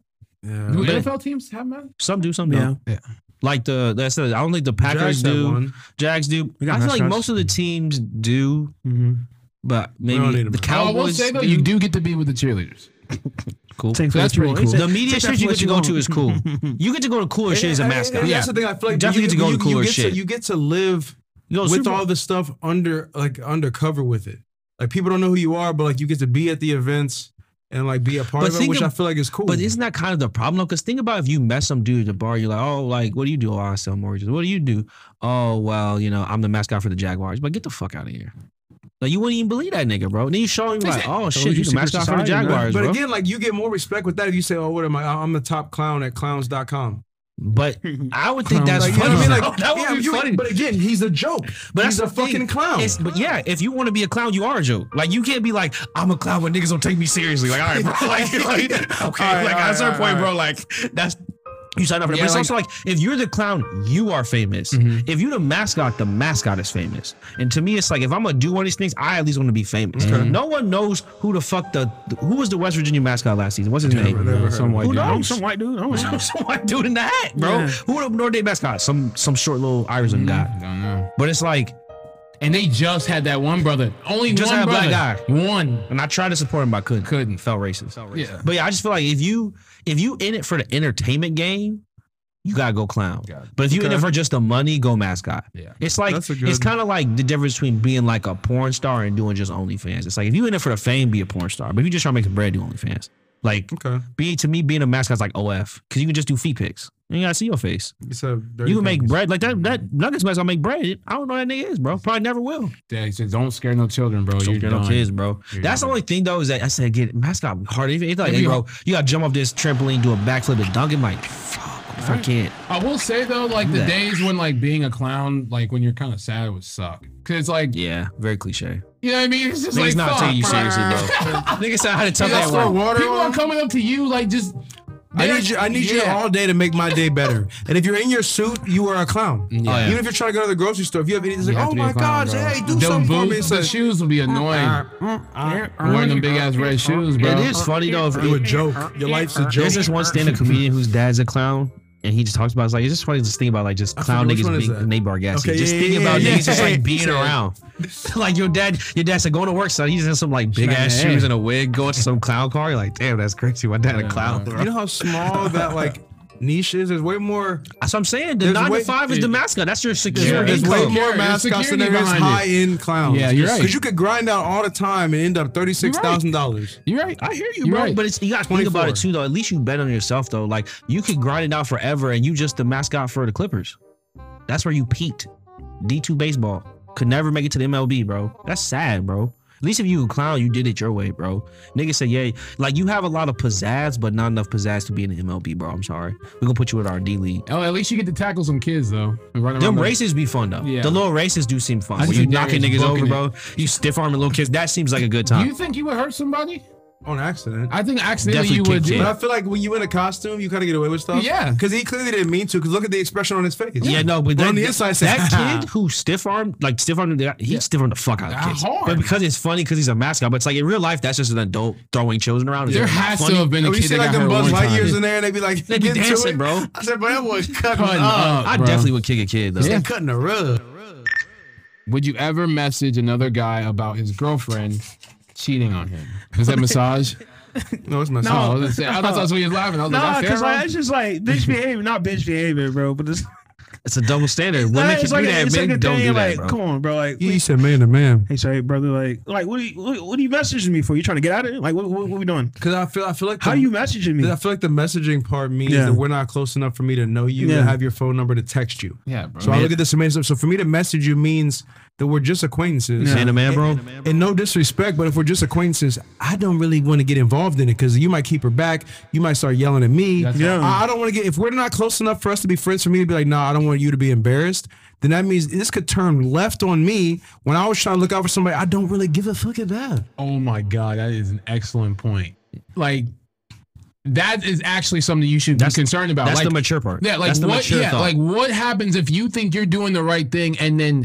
S5: Do
S1: Yeah.
S5: NFL teams have mascots?
S1: Some do, some don't.
S5: Yeah.
S1: Like the that's the I don't think the Packers
S2: Jags had
S1: do,
S2: one.
S1: Jags do. I
S3: got
S1: feel like
S3: mascots.
S1: most of the teams do,
S3: Mhm.
S1: but
S2: don't
S1: maybe
S2: need a
S1: the
S2: mascot.
S5: Oh, I will
S1: Cowboys.
S5: say though,
S1: do.
S5: you do get to be with the cheerleaders.
S1: cool.
S3: Take
S5: So that's
S3: for what
S5: pretty
S3: you
S5: cool.
S3: want.
S1: The media
S3: Take that
S1: shit
S3: for
S1: you
S3: what
S1: get to
S3: you
S1: go
S3: want.
S1: to is cool. you get to go to cooler shit as a
S2: And-
S1: mascot.
S2: and
S1: Yeah,
S2: That's the thing. I feel like
S1: You definitely get to go to cooler
S2: you get
S1: shit.
S2: To, you get to live
S1: You know,
S2: with
S1: Super-
S2: all the stuff under like undercover with it. Like people don't know who you are, but like you get to be at the events and like be a part
S1: But
S2: of it,
S1: think
S2: which
S1: of-
S2: I feel like is cool.
S1: But isn't that kind of the problem though? Because think about if you met some dude at the bar, you're like, oh, like, what do you do? Oh, I sell mortgages. What do you do? Oh, well, you know, I'm the mascot for the Jaguars. But get the fuck out of here. Like, you wouldn't even believe that nigga, bro. And then you show him, you're like, oh shit,
S3: you
S1: you the
S3: secret
S1: mascot for the
S3: society, man.
S1: Jaguars,
S2: but
S1: bro.
S2: again, like you get more respect with that if you say, "Oh, what am I? I'm the top clown at clowns.com."
S1: but I would think that's
S2: Like, you know
S1: funny.
S2: what I mean? Like
S1: that would
S2: yeah,
S1: be
S2: you-
S1: funny.
S2: But again, he's a joke.
S1: But that's
S2: he's a
S1: the thing.
S2: fucking clown.
S1: It's- but yeah, if you want to be a clown, you are a joke. Like you can't be like, I'm a clown, but niggas don't take me seriously. Like, all right, bro. Like, like okay,
S5: right,
S1: like
S5: all
S1: at
S5: right,
S1: a certain
S5: all
S1: point,
S5: right,
S1: bro, like that's you sign up for that.
S5: Yeah,
S1: but it's
S5: like-
S1: also like if you're the clown, you are famous. If you're the mascot, the mascot is famous. And to me, it's like if I'm gonna do one of these things, I at least want to be famous. No one knows who the fuck the who was the West Virginia mascot last season. What's his name?
S5: Some white
S1: Who
S5: dude.
S1: knows? Some white dude. I don't know. Some white dude in the hat, bro.
S3: Yeah.
S1: Who the Notre Dame mascot? Some some short little Irishman guy.
S5: I don't know.
S1: But it's like
S5: And they just had that one brother. Only
S1: Just
S5: one
S1: had a
S5: brother.
S1: black
S5: One.
S1: And I tried to support him, but I couldn't.
S5: Couldn't.
S1: Felt racist.
S5: Yeah.
S1: But yeah, I just feel like if you if you in it for the entertainment game, you gotta go clown.
S5: Got it.
S1: But if you in
S2: Okay.
S1: it for just the money, go mascot.
S5: Yeah.
S1: It's like
S2: That's a good-
S1: it's kind of like the difference between being like a porn star and doing just OnlyFans. It's like if you in it for the fame, be a porn star. But if you just trying to make some bread, do OnlyFans. Like
S2: Okay,
S1: be to me, being a mascot's like OF because you can just do feet pics. You gotta see your face.
S2: it's a dirty
S1: You can make
S2: thing.
S1: bread like that. That Nuggets mascot make bread. I don't know who that nigga is, bro. Probably never will.
S5: Yeah, he said, don't scare no children, bro. You're
S1: Don't get no
S5: done.
S1: kids, bro.
S5: You're
S1: That's the
S5: done.
S1: only thing though is that I said get mascot hard. If it's like,
S5: If
S1: hey,
S5: you-
S1: bro, you gotta jump off this trampoline, do a backflip, and dunk. it. I'm like, fuck, if I can't.
S5: I will say though, like the
S1: Yeah.
S5: days when like being a clown, like when you're kind of sad, would suck. Cause it's like,
S1: Yeah, very cliche.
S5: you know what I mean? It's just
S1: Niggas
S5: like
S1: not
S5: fuck,
S1: taking you
S5: bruh.
S1: seriously, bro. Niggas said how to tell
S5: People
S1: that
S5: are-
S1: one.
S5: People are coming up to you like just.
S2: I need you. I need you all day to make my day better. and if you're in your suit, you are a clown.
S5: Yeah.
S2: Even if you're trying to go to the grocery store, if you have anything, it's like, oh my gosh, hey, do
S5: the
S2: something for me.
S5: boots,
S2: It's
S5: the
S2: like,
S5: shoes would be annoying.
S1: mm,
S5: Wearing them big ass red shoes, bro.
S1: Uh, It is funny though. If
S2: you a joke. Your life's a joke.
S1: there's this one stand-up comedian whose dad's a clown. And he just talks about it's like it's just funny to think about like just
S2: I
S1: clown
S2: forget which
S1: niggas
S2: one is
S1: being
S2: that.
S1: Nate Bargatze.
S2: Okay,
S1: just
S2: yeah,
S1: think
S2: yeah,
S1: about
S2: yeah,
S1: niggas just
S2: yeah.
S1: like being around. like your dad, your dad said going to work, son. He just has some like big ass
S5: Smacking
S1: shoes
S5: ass.
S1: and a wig, going to some clown car. You're like, damn, that's crazy. My dad a clown. Bro.
S2: You know how small that like niche is? There's way more
S1: That's what I'm saying. The
S2: There's
S1: nine
S2: way-
S1: to five is the mascot. That's your
S5: Yeah,
S1: secure
S2: there's
S5: it's
S2: way
S1: income.
S5: like-
S2: more
S5: There's
S2: mascots than
S5: security
S2: there is
S5: behind it.
S2: high end clowns.
S5: Yeah, you're right.
S2: Because you could grind out all the time and end up thirty six thousand dollars.
S5: You're right.
S1: I hear you,
S5: You're
S1: bro.
S5: right.
S1: But it's you gotta think about
S2: 24.
S1: it too, though. At least you bet on yourself, though. Like you could grind it out forever, and you just the mascot for the Clippers. That's where you peaked. D two baseball could never make it to the MLB, bro. That's sad, bro. At least if you a clown, you did it your way, bro. Niggas say, yeah, like you have a lot of pizzazz, but not enough pizzazz to be in the MLB, bro. I'm sorry. We're gonna put you in our D league.
S5: Oh, at least you get to tackle some kids though. and run around
S1: Them
S5: the-
S1: races be fun though.
S5: Yeah.
S1: The little races do seem fun.
S5: I
S1: When
S5: see
S1: you
S5: niggas
S1: knocking niggas
S5: booking
S1: over, bro,
S5: it.
S1: you stiff arming little kids. That seems like a good
S5: Do
S1: time.
S5: you think you would hurt somebody?
S2: On accident.
S5: I think accidentally
S1: Definitely
S5: you would.
S1: kick
S5: do
S1: it.
S2: But I
S5: that.
S2: feel like when you in a costume, you kind of get away with stuff.
S5: Yeah.
S2: Because he clearly didn't mean to. Because look at the expression on his face.
S1: Yeah, no, but
S2: But
S1: that,
S2: on the inside, it says,
S1: that kid who stiff armed, like stiff armed, he stiff armed the fuck out of
S5: Ah,
S1: kids.
S5: hard.
S1: But because it's funny, because he's a mascot, but it's like in real life, that's just an adult throwing children around. Is
S5: There
S1: it not
S5: has
S1: funny?
S5: to have been a
S2: And we
S5: kid
S2: see
S5: that
S2: like
S5: got
S2: them
S5: hurt
S2: Buzz
S5: one
S2: Lightyears
S5: time.
S2: in there, and they be like,
S1: They be
S2: "Get into
S1: dancing,
S2: it."
S1: bro.
S2: I said, "Bro, that boy cutting
S5: Cutting
S2: up.
S5: up,
S1: Uh, I
S5: bro.
S1: definitely would kick a kid though.
S2: They cutting a rug."
S5: Would you ever message another guy about his girlfriend cheating on him? Is that massage?
S2: No, it's my
S5: Oh, I,
S2: song.
S5: was gonna say, I thought that's what he was laughing. I was
S3: Nah,
S5: like, I
S3: because
S5: fair
S3: like,
S5: like,
S3: it's just like bitch behavior, not bitch behavior, bro. But it's,
S1: It's a double standard. Women
S3: like,
S1: can
S3: it's
S1: do
S3: like a,
S1: that,
S3: it's
S1: men
S3: like a
S1: don't
S3: thing.
S1: do that,
S3: like,
S1: bro.
S3: come on, bro. Like,
S2: He said, "Man to man."
S3: hey, sorry, brother. Like, like, what are you, what, what are you messaging me for? You trying to get out of it? Like, what, what, what we doing?
S2: Because I feel, I feel like
S3: How
S2: the-
S3: you messaging me?
S2: I feel like the messaging part means
S3: Yeah.
S2: that we're not close enough for me to know you
S3: Yeah.
S2: and have your phone number to text you.
S5: Yeah, bro.
S2: So I look at this amazing. So for me to message you means that we're just acquaintances.
S3: Yeah.
S1: Man to man, bro.
S2: And no disrespect, but if we're just acquaintances, I don't really want to get involved in it because you might keep her back. You might start yelling at me.
S5: That's
S3: Yeah.
S2: I, I don't want to get. If we're not close enough for us to be friends, for me to be like, nah, I don't want you to be embarrassed. Then that means this could turn left on me when I was trying to look out for somebody I don't really give a fuck about.
S5: Oh my god, that is an excellent point. Like, that is actually something you should
S1: That's-
S5: be concerned about.
S1: That's
S5: like,
S1: the mature part.
S5: yeah, like
S1: that's the
S5: what?
S1: mature
S5: Yeah,
S1: thought.
S5: like what happens if you think you're doing the right thing and then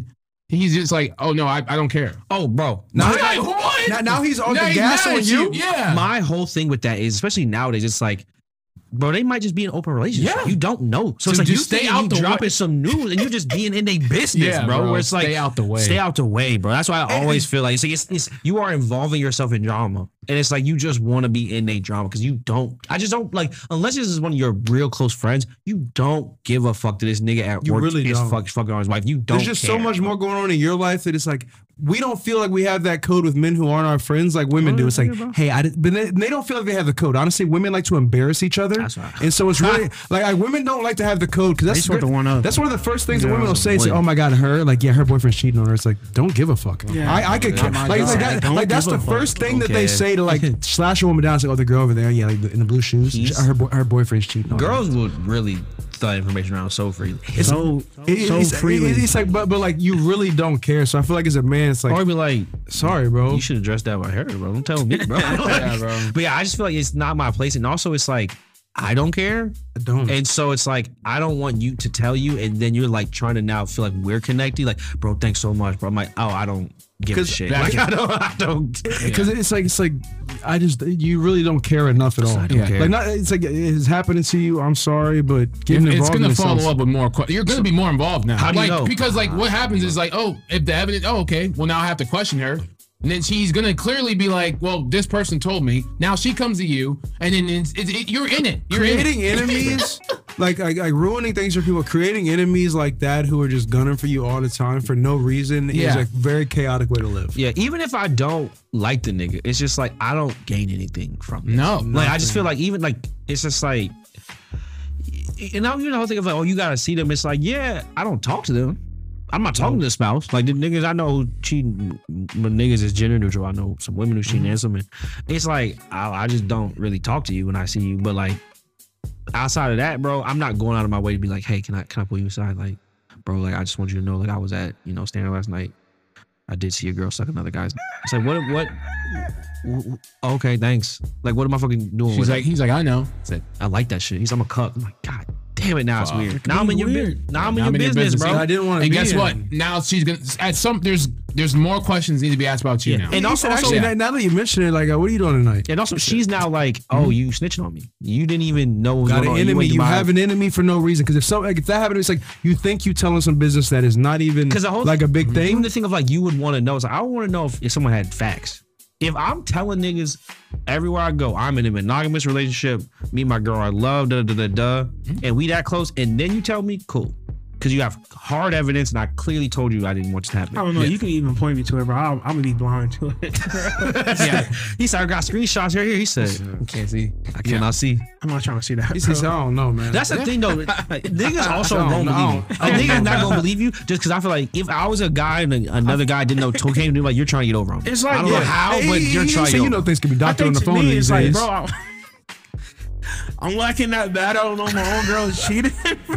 S5: he's just like, "Oh no, I, I don't care."
S1: oh, bro.
S4: Now,
S5: Like, what?
S4: now, now he's on
S5: Now
S4: the
S5: he's
S4: gas
S5: mad
S4: on
S5: at
S4: you.
S5: Yeah.
S1: My whole thing with that is, especially nowadays, it's like, bro, they might just be in open relationship.
S5: Yeah.
S1: You don't know. So it's
S5: Dude,
S1: like you
S5: just
S1: stay out you the dropping some news and you just being in their business,
S5: Yeah,
S1: bro,
S5: bro,
S1: Where it's like
S5: stay out the way.
S1: Stay out the way, bro. That's why I always feel like it's, like, it's, it's you are involving yourself in drama, and it's like you just want to be in a drama because you don't. I just don't like unless this is one of your real close friends. You don't give a fuck to this nigga at
S2: You
S1: work.
S2: really
S1: is
S2: don't.
S1: fuck, fucking on his wife. You don't.
S2: There's just so
S1: care.
S2: much more going on in your life that it's like we don't feel like we have that code with men who aren't our friends like women do. It's like, hey, I did, but they, they don't feel like they have the code. Honestly, women like to embarrass each other,
S1: That's right.
S2: and so it's really like, like, women don't like to have the code because that's
S3: just want
S2: good-
S3: to one up.
S2: That's one of the first things that women will say. It's like,
S1: women.
S2: oh my god, her like yeah, her boyfriend's cheating on her. It's like don't give a fuck.
S3: Yeah.
S2: I, I could care.
S3: my
S2: Like, it's like,
S3: God.
S2: that,
S3: Don't
S2: like that's
S3: give a
S2: the
S3: fuck.
S2: first thing that
S1: Okay.
S2: they say to like slash a woman down. It's like oh the girl over there, yeah, like in the blue shoes,
S1: He's-
S2: her bo- her boyfriend's cheating on her.
S1: Girls would really throw information around so freely. It's
S3: so
S2: It-
S3: so
S2: it's,
S3: freely.
S2: it- it's like, but but like you really don't care. So I feel like as a man, it's like,
S1: or be like,
S2: sorry, bro.
S1: You should address that with her, bro. Don't tell me, bro. yeah,
S5: bro.
S1: But yeah, I just feel like it's not my place. And also, it's like, I don't care.
S2: I don't.
S1: And so it's like, I don't want you to tell you. And then you're like trying to now feel like we're connected. Like, bro, thanks so much, bro. I'm like, oh, I don't give a
S2: 'Cause
S1: shit.
S5: that-
S1: Like, I don't, I don't.
S2: Because it's like it's like I just you really don't care enough at all.
S1: I don't care.
S2: Like not it's like it's happening to you. I'm sorry, but getting
S5: It- it's
S2: involved.
S5: gonna
S2: in
S5: follow up with more. Que- you're gonna be more involved now.
S1: How do you
S5: like,
S1: know?
S5: Because like, what happens is like, oh, if the evidence, oh, okay, well now I have to question her, and then she's gonna clearly be like, well, this person told me. Now she comes to you, and then it's, it's, it, you're in it. You're in it.
S2: Creating enemies, like, like like ruining things for people, creating enemies like that who are just gunning for you all the time for no reason is
S5: Yeah.
S2: a very chaotic way to live.
S1: Yeah, even if I don't like the nigga, it's just like, I don't gain anything from this.
S5: No,
S1: Like I just feel like even like it's just like and now you know think of like oh you gotta see them. It's like yeah I don't talk to them. I'm not talking to the spouse. Like the niggas I know who cheat, but niggas is gender neutral. I know some women who cheat and some. men. It's like I, I just don't really talk to you when I see you. But like outside of that, bro, I'm not going out of my way to be like hey can I can I pull you aside like bro like I just want you to know like I was at you know standing last night. I did see a girl suck another guy's. It's like what what. w- w- Okay, thanks. Like, what am I fucking doing? with
S5: She's
S1: that?
S5: like, he's like, I know.
S1: I like that shit. He's I'm a cuck. I'm like, God damn it, now it's
S5: Fuck.
S1: weird. Now I'm in your business.
S5: weird.
S1: Now I'm in
S5: Now
S1: your
S5: I'm in your
S1: business,
S5: business.
S1: bro.
S2: I didn't want to.
S5: And
S2: be
S5: guess
S2: in.
S5: what? Now she's gonna at some. There's there's more questions need to be asked about you
S1: Yeah.
S5: now.
S1: And also, also
S2: Actually,
S5: Yeah.
S2: now- now that you mention it, like, uh, what are you doing tonight?
S1: and also she's now like, oh, you snitching on me. You didn't even know what was
S2: got
S1: going
S2: an
S1: on.
S2: enemy. You have an enemy for no reason. Because if some, like, if that happened, it's like you think you telling some business that is not even
S1: because the whole Mm-hmm.
S2: like a big
S1: Even
S2: thing.
S1: the thing of like you would want to know is like, I want to know if, if someone had facts. If I'm telling niggas everywhere I go, I'm in a monogamous relationship, me and my girl I love, da da da da,
S2: Mm-hmm.
S1: and we that close, and then you tell me, cool. Cause you have hard evidence, and I clearly told you I didn't want it to happen.
S2: Oh,
S3: I don't know. You can even point me to it, bro. I'm, I'm gonna be blind to it.
S5: yeah.
S1: He said I got screenshots right here. He said,
S5: Can't see.
S1: I cannot see.
S3: I'm not trying to see that.
S2: He says,
S3: bro.
S2: I don't know, man.
S1: That's the thing though. niggas also
S2: I don't
S1: won't
S2: know.
S1: believe you. A nigga's not gonna believe you just because I feel like if I was a guy and a- another guy didn't know told came to me like you're trying to get over on me.
S3: It's like,
S1: I don't know
S3: yeah.
S1: how,
S2: Hey,
S1: but
S2: he-
S1: you're
S2: he
S1: trying
S2: said,
S1: to.
S2: you know things can be
S3: I
S2: doctored on
S3: think
S2: the
S3: to
S2: phone
S3: me,
S2: these
S3: it's
S2: days.
S3: like, bro, I'm, I'm lacking that battle. I don't know my own girl is cheating.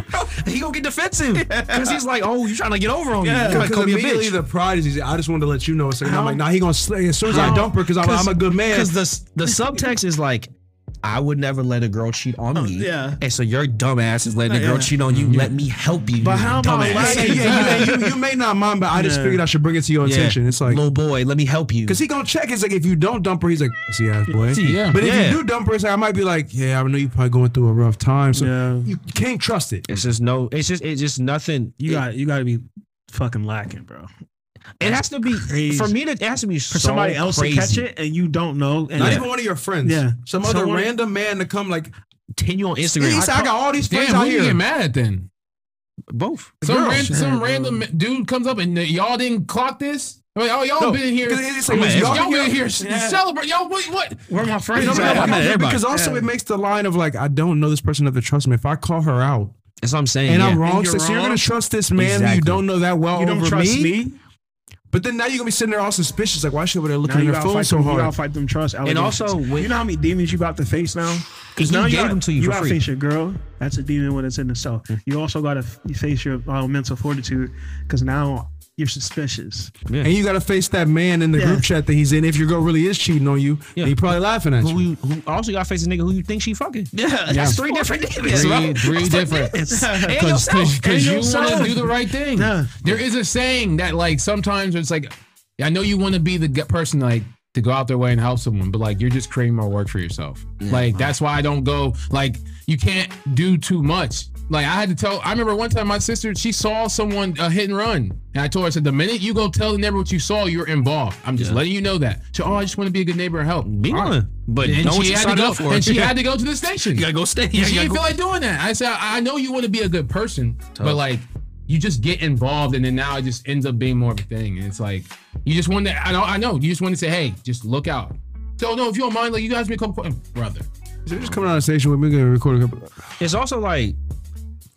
S1: he gonna get defensive because he's like, oh, you're trying to get over on me.
S3: Yeah.
S1: You might
S2: because
S1: call me a
S2: immediately
S1: bitch.
S2: the pride is easy. I just wanted to let you know. It's like, and I'm
S3: How?
S2: like, nah, he gonna slay as soon as I
S3: How?
S2: dump her because I'm, I'm a good man.
S1: Because the the subtext is like. I would never let a girl cheat on me.
S3: Oh, yeah.
S1: And so your dumb ass is letting a girl
S3: Yeah.
S1: cheat on you. Let me help you.
S3: But
S1: you
S3: how am I
S1: dumbass.
S3: like-
S2: Hey, yeah, you, you- you may not mind, but I just
S3: Yeah.
S2: figured I should bring it to your
S1: Yeah.
S2: attention. It's like,
S1: little boy, let me help you.
S2: because he gonna check. It's like if you don't dump her, he's like, see ass boy.
S5: Yeah.
S2: But if
S1: Yeah.
S2: you do dump her, it's like, I might be like, yeah, I know you probably going through a rough time, so
S3: Yeah.
S2: you can't trust it.
S1: it's just no. It's just it's just nothing.
S3: You got you got to be fucking lacking, bro.
S1: It has to be
S3: Crazy.
S1: for me. To, it has to be
S3: For somebody else to catch it and you don't know. And
S2: Not
S1: Yeah.
S2: even one of your friends.
S3: Yeah.
S2: Some other
S3: Someone-
S2: random man to come like,
S1: Continue on Instagram.
S2: East, I,
S1: I
S2: got all these friends
S5: Damn,
S2: out
S5: who you
S2: here.
S5: get mad at then?
S1: call- both.
S5: Some,
S2: girls.
S5: ran, some
S3: Yeah,
S5: random dude comes up and uh, y'all didn't clock this. I mean, oh, y'all
S2: No,
S5: been in here.
S2: 'cause it's like,
S1: I'm at
S5: y'all
S2: y'all
S5: been in here
S3: Yeah.
S5: celebrate. Y'all, what? what?
S3: where my friends
S2: No,
S1: Exactly.
S2: no,
S3: at?
S2: no,
S1: I'm mad at
S2: because-
S1: everybody.
S2: because also
S3: Yeah.
S2: it makes the line of like I don't know this person enough to trust me. If I call her out
S1: That's what I'm saying.
S2: and I'm
S1: yeah.
S2: wrong,
S3: And
S2: so,
S3: you're
S2: so you're gonna
S3: wrong.
S2: trust this man who you
S1: Exactly.
S2: don't know that well
S3: You don't
S2: over
S3: trust
S2: me,
S3: me.
S2: But then now you're gonna be sitting there all suspicious, like why is she over there
S3: Now
S2: looking
S3: you
S2: at her
S3: gotta,
S2: phone
S3: fight
S2: so
S3: them, you
S2: hard?
S3: gotta fight them trust.
S1: And
S3: allegations.
S1: also, when-
S3: you know how many demons you about to face now. Because
S1: He
S3: now you
S1: gave
S3: gotta,
S1: them to you for
S3: gotta
S1: free.
S3: face your girl That's a demon when it's in the cell. You also got to face your uh, mental fortitude because now you're suspicious.
S2: And you gotta face that man in the
S3: Yeah.
S2: group chat that he's in. If your girl really is cheating on you,
S1: Yeah.
S2: he probably laughing at
S1: Who,
S2: you.
S1: you, who also got to face a nigga who you think she fucking.
S6: Yeah, that's three different demons.
S5: Three, three different.
S6: Because
S5: Because you want to do
S6: do
S5: the right thing.
S3: Yeah.
S5: There is a saying that like sometimes it's like, I know you want to be the g- person like to go out their way and help someone, but like you're just creating more work for yourself. like that's why I don't go. Like you can't do too much. Like I had to tell. I remember one time my sister she saw someone uh, hit and run, and I told her I said the minute you go tell the neighbor what you saw, you're involved. I'm just letting you know that. So oh, I just want to be a good neighbor and help.
S6: Be
S5: All right.
S6: one, but
S5: And
S6: don't
S5: she
S6: you
S5: had to
S6: sign
S5: go.
S6: up for
S5: and
S6: it.
S5: she had to go to the station.
S6: You gotta go stay. Yeah,
S5: she
S6: you gotta
S5: didn't
S6: go-
S5: feel like doing that. I said, I I know you want to be a good person, but like you just get involved, and then now it just ends up being more of a thing. And it's like you just want to. I know, I know. You just want to say, hey, just look out. So no, if you don't mind, like you guys become brother.
S2: So just coming out of the station with me, we're gonna record a couple.
S1: It's also like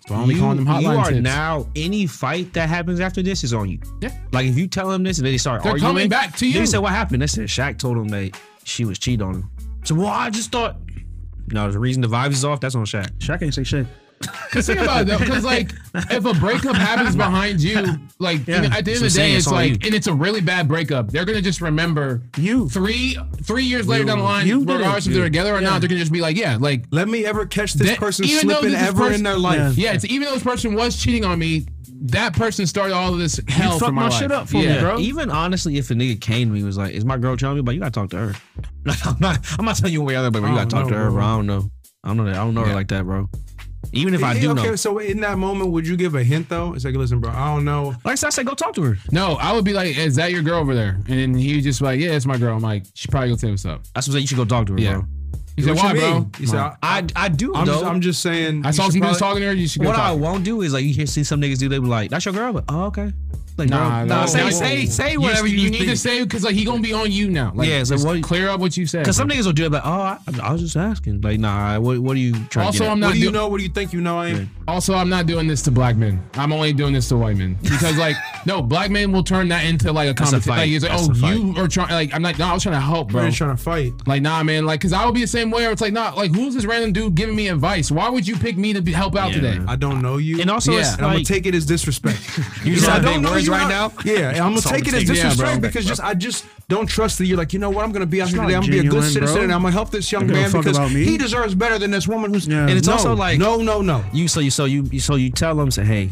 S5: Why don't we
S1: you,
S5: call them hotline
S1: you are
S5: tips?
S1: now any fight that happens after this is on you.
S5: Yeah.
S1: Like if you tell him this and then they start
S5: They're
S1: arguing,
S5: coming back to
S1: They
S5: you.
S1: said what happened. They said Shaq told him that she was cheating on him. So well, I just thought. No, the reason the vibes is off. That's on Shaq.
S3: Shaq ain't say shit.
S5: Cause think about it though, because like if a breakup happens behind you, like
S3: Yeah.
S5: at the end of the
S6: That's what I'm
S5: day,
S6: saying,
S5: it's
S6: it's on
S5: like,
S6: you.
S5: and it's a really bad breakup. They're gonna just remember
S3: You.
S5: three three years later down the line,
S3: you did it.
S5: regardless if they're together or not, they're gonna just be like, yeah, like
S2: Let me ever catch this
S5: That-
S2: person
S5: even though
S2: slipping
S5: this is
S2: ever
S5: person-
S2: in their life.
S5: Yeah, it's even though this person was cheating on me, that person started all of this hell
S3: fucked
S5: for my,
S3: my
S5: life.
S3: shit up for me,
S5: yeah.
S3: bro.
S1: Even honestly, if a nigga came to me and was like, "Is my girl trying me?" But you gotta talk to her. Like, I'm not. I'm not telling you one way or the other, but you gotta talk to her, bro. I don't know. I don't know. That. I don't know
S5: Yeah.
S1: her like that, bro. Even if I
S2: Yeah,
S1: do
S2: okay,
S1: know,
S2: so in that moment, would you give a hint though? It's like, listen, bro, I don't know.
S1: like I said, I said, go talk to her.
S5: No, I would be like, "Is that your girl over there?" And then he was just like, "Yeah, it's my girl." I'm like, "She probably gonna say what's up."
S1: That's what I said. You should go talk to her,
S5: Yeah.
S1: bro.
S5: He said,
S2: What
S5: "Why,
S2: you mean?
S5: bro?"
S2: He said, I,
S1: I I do
S2: am
S1: though.
S2: just, I'm just saying.
S5: I
S2: you
S5: saw
S2: should
S5: some
S2: probably-
S5: niggas talking to her. You should go
S1: what I
S5: talk.
S1: won't do is like you hear see some niggas do. They be like, "That's your girl," but oh okay. Like nah,
S5: Nah,
S1: nah.
S5: no,
S1: say
S5: no.
S1: say say
S5: You-
S1: whatever you,
S5: you, need to say because like he gonna be on you now. Like,
S1: Yeah, it's like,
S5: just
S1: what-
S5: clear up what you said.
S1: Because some
S5: bro.
S1: niggas will do it, but oh, I, I was just asking. Like nah, what what are you trying
S5: also,
S1: to get?
S5: I'm not.
S2: What do you
S5: do-
S2: know? What do you think you know? I ain't.
S5: Also, I'm not doing this to black men. I'm only doing this to white men because, like, no, black men will turn that into like a
S1: That's a
S5: competition.
S1: fight.
S5: Like, it's like,
S1: That's
S5: oh,
S1: a fight.
S5: you are trying. Like, I'm like, no, I was trying to help, bro.
S2: Bro. trying to fight.
S5: Like, nah, man. Like, cause I would be the same way. Where it's like, nah, like, who's this random dude giving me advice? Why would you pick me to be, help out today?
S2: I don't know you.
S1: And also,
S5: Yeah.
S1: it's
S5: And
S2: and I'm
S1: like,
S2: gonna take it as disrespect.
S1: You
S2: Because
S1: just
S2: I
S1: have
S2: don't
S1: big
S2: know
S1: words
S2: you
S1: right now?
S2: not- Yeah, and I'm gonna
S6: That's all
S2: take
S6: I'm
S2: it as
S6: taking. Yeah,
S2: disrespect
S6: bro.
S2: because just I just don't trust that you're like, you know what, I'm gonna be out here
S3: not
S2: today, I'm gonna be a good
S3: genuine,
S2: citizen
S3: bro.
S2: and I'm gonna help this young
S3: Don't give a
S2: man
S3: fuck
S2: because
S3: about me.
S2: he deserves better than this woman who's
S3: Yeah. And
S1: it's
S2: No,
S1: also like-
S2: No, no, no.
S1: you so you so you so you tell them say, hey,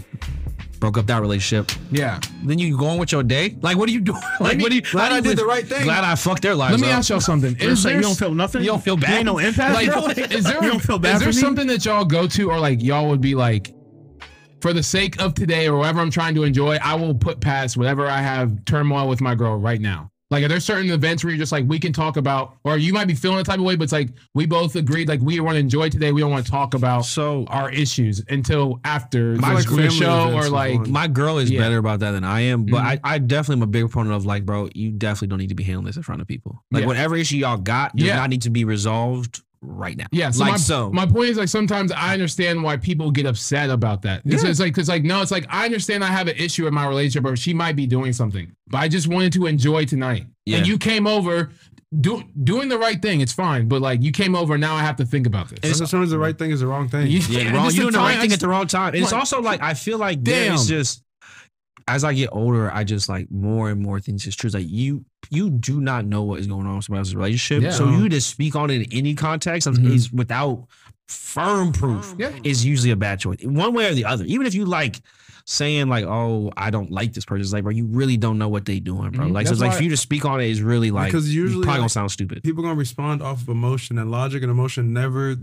S1: broke up that relationship.
S5: Yeah.
S1: Then you go on with your day. Like what are you doing? Like
S5: me-
S1: what are you?
S2: glad
S1: how
S2: I
S1: do you live-
S2: did the right thing.
S1: Glad I fucked their lives.
S5: Let me
S1: up.
S5: ask y'all something.
S3: It's
S5: Is
S3: like,
S5: there
S3: you don't feel nothing.
S1: you don't feel
S3: You
S1: bad?
S3: ain't no impact.
S5: like,
S3: bro?
S5: is there
S3: you don't feel bad
S5: is there
S3: for me?
S5: something that y'all go to or like y'all would be like, for the sake of today or whatever I'm trying to enjoy, I will put past whatever I have turmoil with my girl right now. Like, are there certain events where you're just like, we can talk about, or you might be feeling the type of way, but it's like we both agreed, like we want to enjoy today. We don't want to talk about
S1: So-
S5: our issues until after
S2: My
S5: like,
S2: family
S5: the show
S2: events
S5: or
S2: is
S5: like
S2: on.
S1: my girl is
S5: Yeah. Mm-hmm.
S1: better about that than I am, but I, I definitely am a big proponent of like, bro, you definitely don't need to be handling this in front of people. Like
S5: Yeah.
S1: whatever issue y'all got does
S5: Yeah.
S1: not need to be resolved right now.
S5: Yeah, so
S1: like
S5: my,
S1: so.
S5: My point is like sometimes I understand why people get upset about that. It's,
S1: Yeah.
S5: it's like because like no, it's like I understand I have an issue in my relationship or she might be doing something, but I just wanted to enjoy tonight.
S1: Yeah.
S5: And you came over, do, doing the right thing. It's fine, but like you came over, now I have to think about this.
S2: Sometimes the right thing is the wrong thing.
S1: yeah, wrong.
S5: just
S1: You're doing the
S5: time-
S1: right
S5: I
S1: thing
S5: just-
S1: at the wrong time. And it's
S5: Like,
S1: also like I feel like damn.
S5: damn.
S1: it's just as I get older, I just like more and more things is true. It's Like you, you do not know what is going on with somebody else's relationship,
S5: Yeah.
S1: so you just speak on it in any context
S5: Mhm.
S1: is without firm proof
S5: Yeah.
S1: is usually a bad choice, one way or the other. Even if you like saying like, "Oh, I don't like this person," it's like, bro, you really don't know what they doing, bro.
S5: Mhm.
S1: Like, so
S5: That's
S1: it's like
S5: why-
S1: for you to speak on it is really like
S2: Because
S1: you
S2: usually,
S1: probably
S2: like-
S1: gonna sound stupid.
S2: People gonna respond off of emotion and logic and emotion never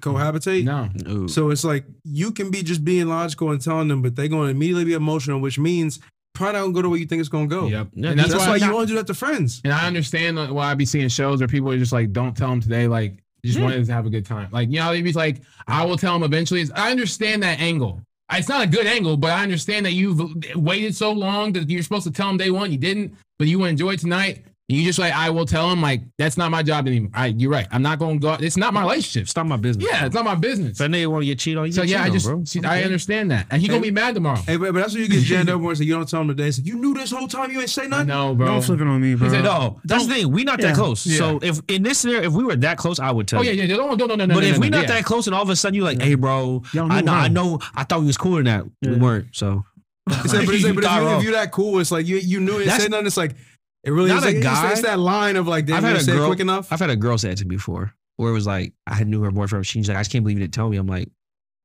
S2: cohabitate.
S5: No.
S1: Ooh.
S2: So it's like you can be just being logical and telling them, but they're gonna immediately be emotional, which means probably not gonna go the way you think it's gonna go.
S5: Yep.
S1: Yeah,
S5: and that's,
S2: That's,
S5: why,
S2: why, you want to do that to friends.
S5: and I understand like, why I be seeing shows where people are just like, don't tell them today, like just wanted to have a good time. Like, you know, they'd be like, I will tell them eventually. It's- I understand that angle. It's not a good angle, but I understand that you've waited so long that you're supposed to tell them day one, you didn't, but you want to enjoy tonight. You just like I will tell him like that's not my job anymore. I you're right. I'm not going to go. It's not my relationship.
S1: Stop my business.
S5: Yeah, it's not my business.
S1: If that nigga want to get cheated on, you
S5: So
S1: get
S5: yeah, I
S1: cheated
S5: just
S1: on, bro.
S5: see, I understand that, and he gonna be mad tomorrow.
S2: Hey, but, but that's what you get jammed up and say you don't tell him today. It's like, you knew this whole time you ain't say nothing.
S5: No, bro.
S3: Don't flip it on me, bro. "Oh,
S5: said,
S1: No, that's the thing. We not
S3: Yeah.
S1: that close.
S5: Yeah.
S1: So if in this scenario, if we were that close, I would tell.
S5: Oh
S1: you.
S5: yeah, yeah. Don't, no, no, no, no.
S1: But
S5: no,
S1: if
S5: no,
S1: we
S5: no,
S1: not
S5: yeah. Oh,
S1: that close, and all of a sudden you're like, "Hey, bro,
S3: Y'all
S1: I
S3: knew
S1: know, I
S3: wrong."
S1: know, I thought we was cooler than that. We
S3: Yeah.
S1: weren't. So
S2: It's like, but it's like, but if,
S1: Nah,
S2: you,
S1: bro.
S2: if you that cool, it's like you you knew it.
S1: That's-
S2: Say nothing. It's like it really
S1: Not
S2: is
S1: a
S2: like, it's-
S1: guy.
S2: It's, that line of like, damn,
S1: I've
S2: you
S1: had
S2: didn't
S1: a
S2: say it
S1: girl-
S2: quick enough.
S1: I've had a girl say it to me before, where it was like, I knew her boyfriend. She's like, I just can't believe you didn't tell me. I'm like,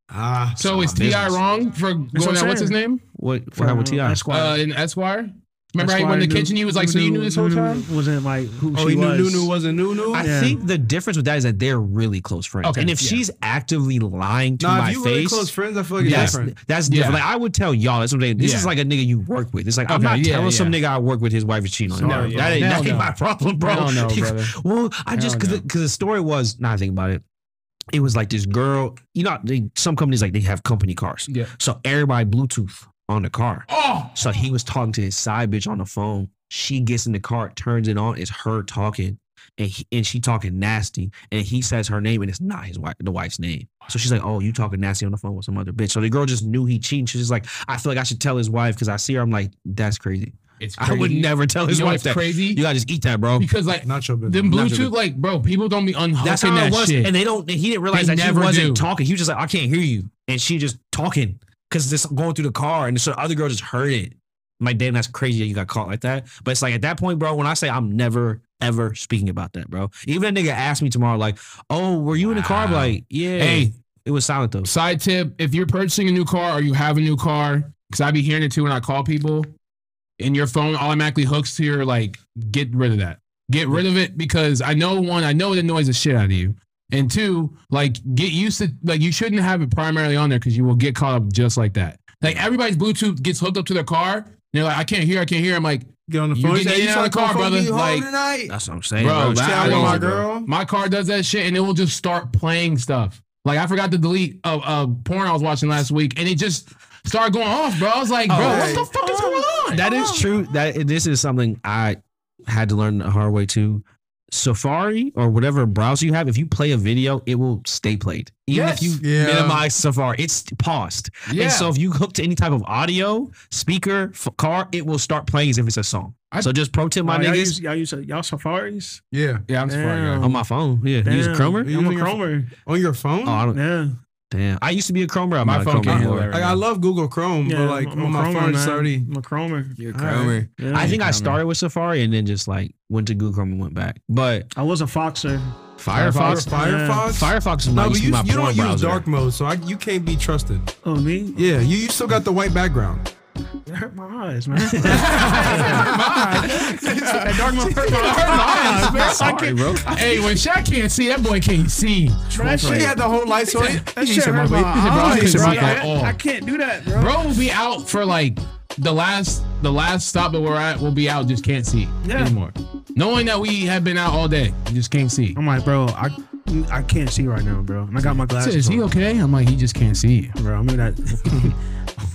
S2: ah,
S5: So
S1: Nah,
S5: is Ti
S1: business.
S5: wrong for
S3: what
S5: going
S3: I'm
S5: out? What's his
S3: saying.
S5: name?
S1: what? What
S3: For,
S1: happened with
S3: uh,
S1: Ti?
S3: Esquire.
S5: Uh, in Esquire. Remember how he
S3: Esquire
S5: went in the
S3: knew-
S5: kitchen? He was like, "So you knew this whole
S3: knew-
S5: time?"
S3: Wasn't like who
S2: oh,
S3: she
S2: he knew
S3: was.
S2: Nunu wasn't Nunu.
S1: I
S3: Yeah.
S1: think the difference with that is that they're really close friends.
S5: Okay,
S1: and if
S5: yeah.
S1: she's actively lying to
S2: Nah,
S1: my
S2: if you
S1: face,
S2: really close friends, I feel like it's
S1: That's
S2: different.
S1: that's different.
S5: Yeah.
S1: Like I would tell y'all. That's what I'm saying. This is
S5: Yeah.
S1: like a nigga you work with. It's like I'm
S5: Okay,
S1: not
S5: yeah,
S1: telling some
S5: yeah.
S1: nigga I work with his wife is cheating on him.
S5: No,
S1: that
S5: yeah.
S1: ain't, that
S5: Hell
S1: ain't
S5: no.
S1: my problem, bro.
S5: Hell no,
S1: You-
S5: brother.
S1: Well, I just
S5: Hell
S1: because
S5: no.
S1: because the story was not think about it. It was like this girl. You know, they, some companies like they have company cars,
S5: Yeah.
S1: so everybody Bluetooth on the car.
S5: Oh.
S1: So he was talking to his side bitch on the phone. She gets in the car, turns it on. It's her talking, and he, and she talking nasty. And he says her name, and it's not his wife, the wife's name. So she's like, "Oh, you talking nasty on the phone with some other bitch." So the girl just knew he cheating. She's just like, "I feel like I should tell his wife because I see her." I'm like, "That's crazy.
S5: It's
S1: I would
S5: crazy.
S1: never tell his
S5: you know
S1: wife
S5: what's
S1: that.
S5: crazy
S1: You gotta just eat that, bro."
S5: because like
S2: Not your business.
S5: them
S2: Not your
S5: Bluetooth, like bro, people don't be unhooking
S1: That's how
S5: that
S1: it was,
S5: Oh, shit.
S1: and they don't. He didn't realize
S5: They
S1: that she
S5: never
S1: wasn't
S5: do.
S1: talking. He was just like, "I can't hear you," and she just talking because this going through the car, and so the other girl just heard it. My like, damn, that's crazy that you got caught like that. But it's like at that point, bro. When I say I'm never ever speaking about that, bro. Even a nigga asked me tomorrow, like, "Oh, were you in the car?" I'm
S5: Wow.
S1: like, yeah.
S5: Hey.
S1: it was silent though.
S5: Side tip: If you're purchasing a new car or you have a new car, because I be hearing it too when I call people, and your phone automatically hooks to your like, get rid of that. Get rid of it because I know one, I know it annoys the shit out of you, and two, like get used to like you shouldn't have it primarily on there because you will get caught up just like that. Like everybody's Bluetooth gets hooked up to their car, and they're like, I can't hear, I can't hear. I'm like,
S2: Get on the
S5: You
S2: phone.
S5: getting in and out of the car, brother, like-
S2: tonight.
S1: That's what I'm saying,
S5: bro,
S1: bro.
S5: that-
S2: Say I
S5: I
S2: want my
S5: don't-
S2: girl.
S5: My car does that shit, and it will just start playing stuff. Like I forgot to delete a, a porn I was watching last week, and it just started going off, bro. I was like, bro,
S2: Alright.
S5: what the fuck is going on?
S1: That is true. That this is something I had to learn the hard way too. Safari or whatever browser you have, if you play a video, it will stay played. Even
S5: Yes.
S1: if you
S2: Yeah.
S1: minimize Safari, it's paused.
S5: yeah.
S1: And so if you hook to any type of audio, speaker, f- car, it will start playing as if it's a song.
S5: I-
S1: so just pro tip, my
S3: Oh, y'all
S1: niggas,
S3: use, y'all use y'all safaris.
S2: Yeah.
S5: yeah, I'm
S3: Damn.
S5: sorry,
S1: on my phone. Yeah, you use
S3: Damn,
S1: Chromer.
S2: You
S3: I'm
S2: using
S3: a
S2: your phone?
S3: Chromer.
S2: On your phone?
S1: Oh, I don't.
S3: Yeah.
S1: Damn, I used to be a Chromer. I'm
S5: My
S1: not a
S5: phone
S1: Chromer
S5: can't handle
S1: anymore.
S5: that right
S2: Like, I love Google Chrome, but like
S3: I'm a
S2: on my
S3: Chromer,
S2: phone, it's
S3: man.
S2: already.
S3: I'm a Chromer.
S1: You're
S2: Chromer.
S3: Yeah.
S1: I
S3: I,
S1: think I
S5: Chromer.
S1: started with Safari and then just like went to Google Chrome and went back. But
S3: was a Foxer.
S1: Firefox,
S2: Firefox.
S1: Firefox is
S2: No,
S1: my,
S2: but
S1: used to be
S2: you,
S1: my
S2: you
S1: porn
S2: don't use
S1: browser.
S2: dark mode, so I, you can't be trusted.
S3: Oh me?
S2: Yeah, you, you still got the white background.
S3: It hurt my eyes, man. It hurt my eyes. That dark mode hurt my eyes, man. I can't-
S1: bro.
S5: guys. Ah, hey, when Shaq can't see, that boy can't see.
S3: That
S2: She
S3: shit-
S2: had the whole lights on.
S3: that shit hurt my
S5: I
S3: eyes,
S5: couldn't
S3: bro.
S5: see that at all.
S3: I I can't do that, bro.
S5: Bro will be out for like the last the last stop that we're at will be out, just can't see
S3: Yeah.
S5: anymore. Knowing that we have been out all day, you just can't see.
S3: I'm like, bro, I I can't see right now, bro. And I got my
S5: Said,
S3: glasses.
S5: Is
S3: on.
S5: he okay? I'm like, he just can't see.
S3: bro. I mean that.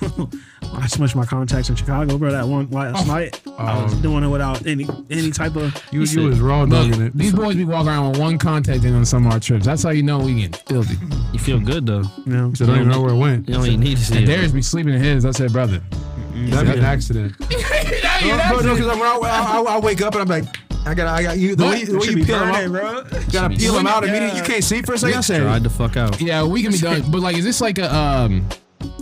S3: I smushed my contacts in Chicago, bro. That one last
S2: Oh.
S3: night, I was doing it without any any type of.
S2: You, you was raw dogging
S5: Look,
S2: it.
S5: these boys be walking around with one contact in on some of our trips. That's how you know we getting filthy.
S1: You feel good though.
S3: You know,
S2: So I don't even know where it went.
S1: You don't even need to see
S5: And
S1: it.
S5: Darius be sleeping in his. I said, brother. uh,
S2: That'd be an accident. No, bro, no, 'cause when I, I, I- I wake up and I'm like, I got, I got you. The
S5: What?
S2: way, you- the way
S5: It
S2: you
S5: should be
S2: peel them out,
S3: bro.
S2: you gotta peel them out immediately. You
S3: Yeah.
S2: can't see for a second. I
S1: Dried
S2: said,
S1: the fuck out.
S5: Yeah, we can be done. But like, is this like a um?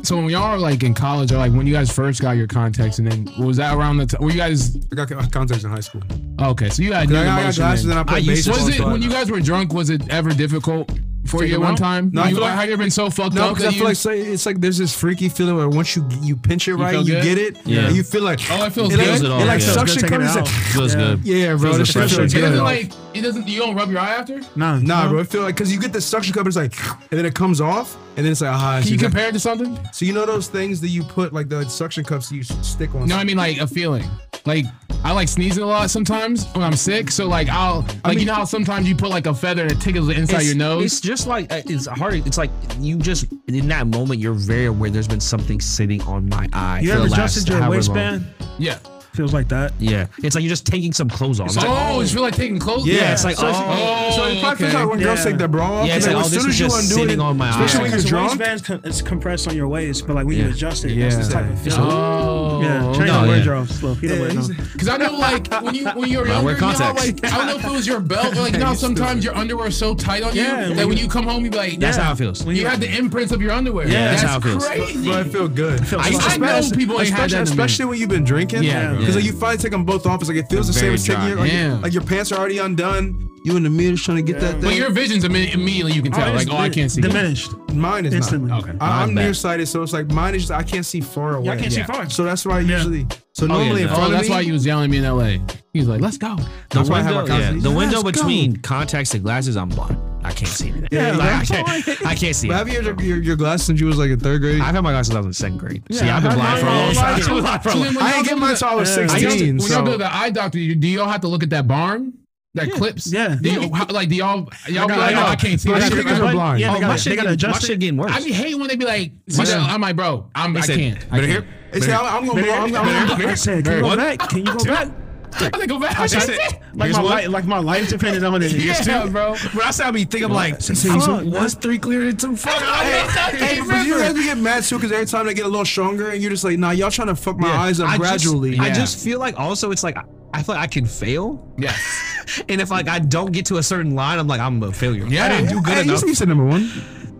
S5: So when y'all are like in college, or like when you guys first got your contacts, and then was that around the time? Were you guys
S2: I got contacts in high school.
S5: okay? So you had new
S2: I got, I got
S5: emotion.
S2: glasses
S5: then.
S2: and I played
S1: used to-
S2: baseball.
S5: Was it
S2: so I-
S5: when you guys were drunk? Was it ever difficult for
S3: Take
S5: you at
S3: them
S5: one
S3: out?
S5: time?
S2: No, I
S5: Were you,
S2: feel like-
S5: have you ever been so fucked
S2: No,
S5: up
S2: because I
S5: that
S2: feel
S5: you?
S2: like so- it's like there's this freaky feeling where once you you pinch it right,
S5: feel
S2: you
S5: good?
S2: get it,
S1: Yeah.
S2: and you feel like
S5: Oh, it feels
S2: like-
S5: good?
S2: It,
S5: It
S1: all,
S2: like
S1: yeah.
S2: suction comes. It's like,
S1: Feels good.
S2: yeah, bro,
S1: Feels
S2: this shit
S1: refreshing.
S2: feels
S5: it
S2: good.
S5: doesn't like it doesn't. You don't rub your eye after. Can
S3: Nah,
S2: Nah, bro, it feel like because you get the suction cup, it's like, and then it comes off, and then it's like, ah. so
S5: you
S2: you got-
S5: compare it to something?
S2: So you know those things that you put like the suction cups you s- stick on.
S5: No, I mean like a feeling. Like I like sneezing a lot sometimes when I'm sick. So like I'll like you
S2: mean-
S5: know how sometimes you put like a feather and it tickles the inside
S1: It's-
S5: your nose.
S1: It's just like uh, it's hard. It's like you just in that moment you're very aware. There's been something sitting on my eye.
S3: You
S1: for
S3: ever
S1: the last
S3: adjusted your
S1: however long.
S3: waistband?
S5: Yeah.
S3: Feels like that.
S1: Yeah, it's like you're just taking some clothes off. Like,
S5: Oh, you feel like taking clothes?
S1: yeah, it's like
S2: So it's-
S1: oh,
S2: So if I feel
S5: okay.
S2: like when girls
S3: Yeah.
S2: take their bra off,
S1: yeah, it's
S2: man,
S1: like oh,
S2: as
S1: this
S2: soon
S1: is
S2: as you
S1: just
S2: undo
S1: sitting
S2: it,
S1: on my
S2: especially when
S1: eyes.
S2: you're
S3: Because the
S2: drunk.
S3: waistband's con- it's compressed on your waist, but like when you
S1: Yeah.
S3: adjust it, that's the
S2: Yeah.
S3: type of feel.
S5: Oh,
S3: Yeah, change
S1: No,
S3: the
S1: yeah.
S3: wardrobe slow. He don't wear
S2: Yeah,
S3: no-
S2: he's-
S5: Because I know, like when you when you're
S1: Well,
S5: younger,
S1: wear
S5: you know, how,
S1: contacts.
S5: like I don't know if it was your belt, but like you know, how sometimes your underwear is so tight on you
S3: Yeah,
S5: that
S3: when
S5: when you come home, you be like,
S1: That's
S5: "Yeah."
S1: how it feels.
S5: you have the imprints of your underwear.
S1: Yeah, that's
S5: that's,
S1: how it feels.
S5: crazy.
S2: But I feel good.
S5: I, I know people
S2: especially,
S5: ain't had that. in a minute.
S2: especially when you've been drinking.
S5: Yeah,
S2: Because
S1: yeah.
S2: like you finally take them both off, it's like it feels the same
S1: very
S2: as taking
S1: dry.
S2: your like,
S5: Yeah.
S2: like your pants are already undone. You in the mirror's trying to get that
S5: But
S2: thing.
S5: your vision's imme- immediately you can tell,
S3: Mine is
S5: like, oh, I can't see.
S3: Diminished
S2: mine is
S3: instantly.
S2: not.
S3: Okay.
S2: I, I'm
S1: Mine's bad.
S2: nearsighted, so it's like mine is just I can't see far away.
S3: I can't see
S1: Yeah.
S3: far.
S2: So that's why I
S3: Yeah.
S2: usually. So
S1: yeah,
S2: normally in
S1: no.
S5: Oh,
S2: front
S5: that's
S2: of me,
S5: why you was yelling at me in L.A. He was like, "Let's go."
S1: The
S2: That's why I have
S1: window,
S2: my
S1: yeah,
S2: contacts.
S1: the
S2: Let's
S1: window
S2: go.
S1: between contacts and glasses, I'm blind. I can't see it.
S2: Yeah,
S1: Like, I,
S2: that's
S1: can't, I can't see.
S2: But
S1: it.
S2: have you had your, your, your glasses since you was like in third grade?
S1: I've had my glasses since I was in second grade. See, I've been blind
S2: I've had
S1: for a
S2: my
S5: Oh,
S1: long time.
S2: glasses.
S1: I was blind for a
S5: So
S1: long
S5: then
S1: time.
S5: when
S2: I
S5: y'all
S2: didn't
S5: go
S2: get
S5: to
S2: mine
S5: the-
S2: until I was
S5: When y'all, when
S2: 16.
S5: y'all go to
S2: So
S5: the eye doctor, you- do y'all have to look at that barn that clips?
S3: Yeah.
S5: Do you, how, like, do y'all? Y'all be
S3: got-
S5: like,
S3: I
S5: oh,
S3: know.
S5: I can't see.
S2: My
S5: that shit
S2: fingers
S5: right
S2: are
S5: now."
S2: blind.
S3: Yeah,
S1: Oh,
S3: they gotta,
S1: my shit
S3: they gotta
S1: getting- my
S3: adjust it.
S1: shit getting worse.
S5: I be hating when they be like,
S1: shit-
S5: "Yeah, I'm like, bro, I'm, I
S1: said,
S5: can't. I
S1: "Better
S5: can't.
S2: It's how I'm gonna. I'm gonna.
S3: I said, can you go
S1: What?
S3: back? Can you go back?
S5: I think go back.
S1: said-
S3: Like
S1: Here's
S3: my
S1: one.
S3: life, like my life depended on it.
S5: yeah, bro.
S1: When I say I be thinking, I'm like,
S3: fuck,
S1: was three clear and two fuck.
S2: Hey, but you guys get mad too because every time they get a little stronger, and you're just like, nah, y'all trying to fuck my eyes up
S1: I
S2: gradually.
S1: Just, I
S5: Yeah.
S1: just feel like also it's like I- I feel like I can fail,
S5: Yes.
S1: and if like I don't get to a certain line, I'm like I'm a failure.
S5: Yeah.
S1: I didn't do good
S2: hey, you
S1: enough.
S2: said- you said number one.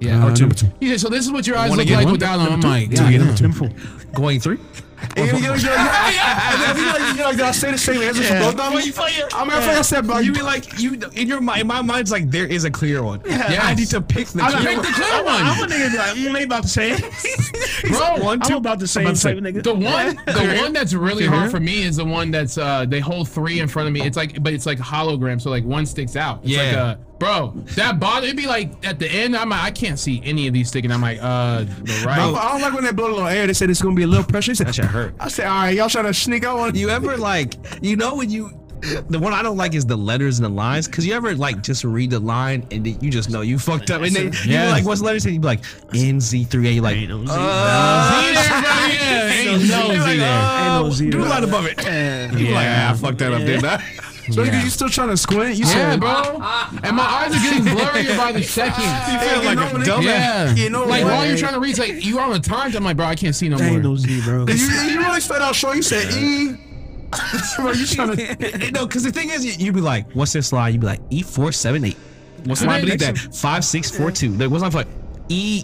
S5: Yeah.
S2: Uh, number two.
S5: He said, so this is what your eyes
S1: Wanna
S5: look
S1: get
S5: like
S1: one?
S5: without them. I'm like,
S2: Two,
S5: "Yeah,
S2: yeah,
S5: yeah."
S2: number two.
S1: Going three.
S2: And you're- you're- you're- and I feel like- you're like, did I say the same answer for both of them? I mean, I feel like I said, but
S1: you be like you in your mind. In my mind's like there is a clear one.
S5: Yes.
S1: I need to pick the
S5: I
S1: clear
S5: picked
S1: one.
S5: the clear
S3: I'm a
S5: one.
S3: nigga be like, mm, they about to say it.
S5: Bro,
S3: I'm about the same
S1: about to say,
S3: type of nigga.
S5: The one, the one that's really hard for me is the one that's uh they hold three in front of me. It's like, but it's like hologram, so like one sticks out. It's Like
S1: Yeah.
S5: uh bro, that bother. It'd be like at the end. I'm like, I can't see any of these sticking. I'm like, uh, the
S2: I
S5: right.
S2: I don't like when they blow a little air. They said it's gonna be a little pressure. They said,
S1: That shit hurt.
S2: I said, all right, y'all trying to sneak out on
S1: You ever like you know when you the one I don't like is the letters and the lines because you ever like just read the line and then you just know you fucked up and then
S5: Yes.
S1: you're like what's the letters and you be like NZ3A like uh,
S5: Z there, bro. Yeah, ain't no
S1: You're
S5: Z
S1: like,
S5: there.
S3: Ain't no
S1: uh,
S3: Z
S1: do a
S3: there.
S1: line above it you like ah, I fucked that up didn't I
S2: Especially because you still trying to squint. You
S5: Yeah,
S2: said,
S5: bro. And my eyes are getting blurrier by the second.
S2: Hey, you
S1: like
S2: know
S1: a
S2: when they-
S1: dumbass.
S5: Yeah.
S2: You know
S5: like
S2: what?
S5: while you're trying to reach, like you are on a time. I'm like, bro, I can't see no
S3: Ain't
S5: more.
S3: no Z, bro.
S2: You, you really started out short. You said E. Bro, you trying to.
S1: no because the thing is you, you be like what's this line you be like E E478 what's the line
S5: And then
S1: beneath that 5642 like what's the line for like, E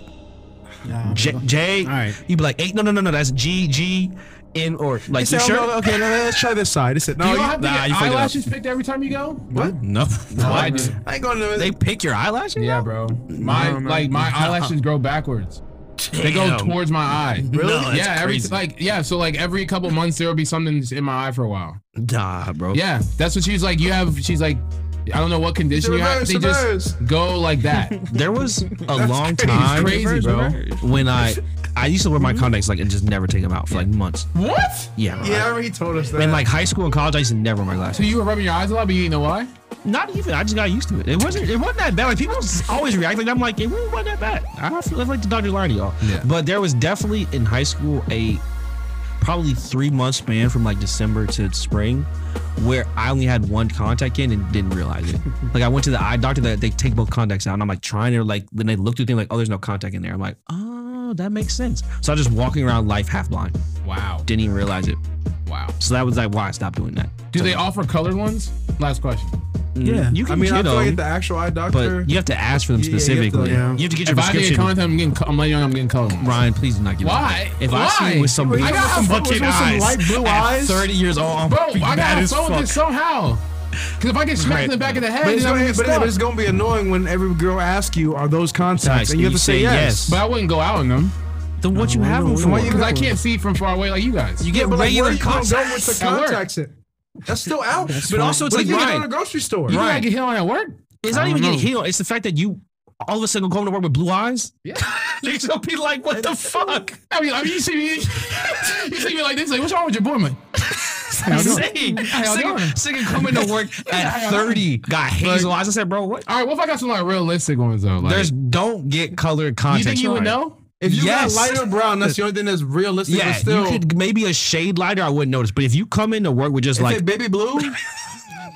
S1: J, J
S3: right.
S1: you be like eight no no no no that's G G N or
S2: He
S1: like you
S2: said,
S1: sure
S2: oh, no, okay, no, let's try this side. He said,
S5: Do
S2: no,
S5: you
S2: you,
S5: all have to
S1: nah,
S5: get
S1: Oh, you fucked it up.
S5: eyelashes picked every time you go? What?
S1: no no I do
S2: I ain't going to.
S1: they pick your eyelashes
S5: Yeah, bro. My like my eyelashes grow backwards. They go
S1: Damn.
S5: towards my eye.
S1: Really? No, that's
S5: yeah. Every
S1: crazy.
S5: like yeah. So like every couple months there will be something that's in my eye for a while.
S1: Nah, bro.
S5: Yeah, that's what she's like. You have. She's like, I don't know what condition you have.
S2: Reverse,
S5: They
S2: reverse.
S5: just go like that.
S1: There was a long time
S5: Crazy, bro.
S1: when I I used to wear my contacts like and just never take them out for like months.
S5: What?
S1: Yeah. Bro.
S2: Yeah, I remember he told us that.
S1: In like high school and college, I used to never wear
S5: So
S1: glasses.
S5: you were rubbing your eyes a lot, but you didn't know why.
S1: Not even. I just got used to it. It wasn't. It wasn't that bad. Like people s- always react like that. I'm like it really wasn't that bad. I don't feel I feel like the doctor lied to y'all.
S5: Yeah.
S1: But there was definitely in high school a probably three month span from like December to spring where I only had one contact in and didn't realize it. like I went to the eye doctor that they take both contacts out and I'm like trying to like then they look through things like oh there's no contact in there. I'm like oh that makes sense. So I just walking around life half blind.
S5: Wow.
S1: Didn't even realize it.
S5: Wow.
S1: So that was like why I stopped doing that.
S5: Do
S1: So-
S5: they offer colored ones? Last question.
S1: Mm,
S3: Yeah.
S1: You
S2: I
S1: can
S2: mean, I
S1: get
S2: feel like
S1: them,
S2: the actual eye doctor.
S1: but you have to ask for them
S2: Yeah, you have to-
S1: specifically. You have to,
S2: yeah.
S1: get your
S5: If I get
S1: prescription.
S5: contact, I'm getting. co- I'm letting you know I'm getting colored ones.
S1: Ryan, please do not get
S5: Why?
S1: If I see
S5: Why?
S1: you with somebody,
S5: I got
S2: With
S5: fucking
S2: some
S5: eyes.
S2: light blue
S1: at
S2: eyes.
S1: 30 years old, I'm
S5: Bro,
S1: fucking
S5: I
S1: bad
S5: gotta
S1: as
S5: solve
S1: fuck.
S5: this somehow. Cause if I get smacked in the back of the head,
S2: But
S5: then
S2: it's,
S5: I'm
S2: gonna, but,
S5: gonna be
S2: it- but
S5: stuck.
S2: it's gonna be annoying when every girl asks you, "Are those contacts?" and you have to say yes.
S5: But I wouldn't go out in them.
S1: Then what you have them for?
S2: why you
S5: Because I can't see from far away like you guys.
S1: You
S2: Yeah,
S1: get
S2: but like, where
S1: regular
S2: are you gonna go with
S1: contacts.
S2: the
S5: At work.
S2: contacts? in? That's still out.
S1: But also, it's
S2: what
S1: like
S2: if you go
S1: Ryan.
S2: to the grocery store?
S5: you
S1: Right.
S5: right. get hit on at work?
S1: It's
S5: I
S1: not
S5: don't
S1: even getting
S5: know.
S1: healed. It's the fact that you all of a sudden going to work with blue eyes.
S5: Yeah.
S1: They're gonna be like, what the fuck?
S5: I mean, I mean, you see me, you see me like this, like, what's wrong with your boy, man?
S1: I'm
S5: doing?
S1: saying,
S5: y'all
S1: Singing-
S5: doing?
S1: singing coming to work at 30, got hazel eyes. I said, bro, what?
S5: All right, what if I got some like realistic ones though? Like,
S1: There's don't get colored
S5: you
S1: contacts.
S5: think you
S1: Ryan.
S5: would know?
S2: If you
S1: Yes.
S2: got lighter brown, that's the only thing that's realistic.
S1: Yeah,
S2: but still,
S1: you could maybe a shade lighter. I wouldn't notice, but if you come into work with just
S2: It's
S1: like
S2: like baby blue.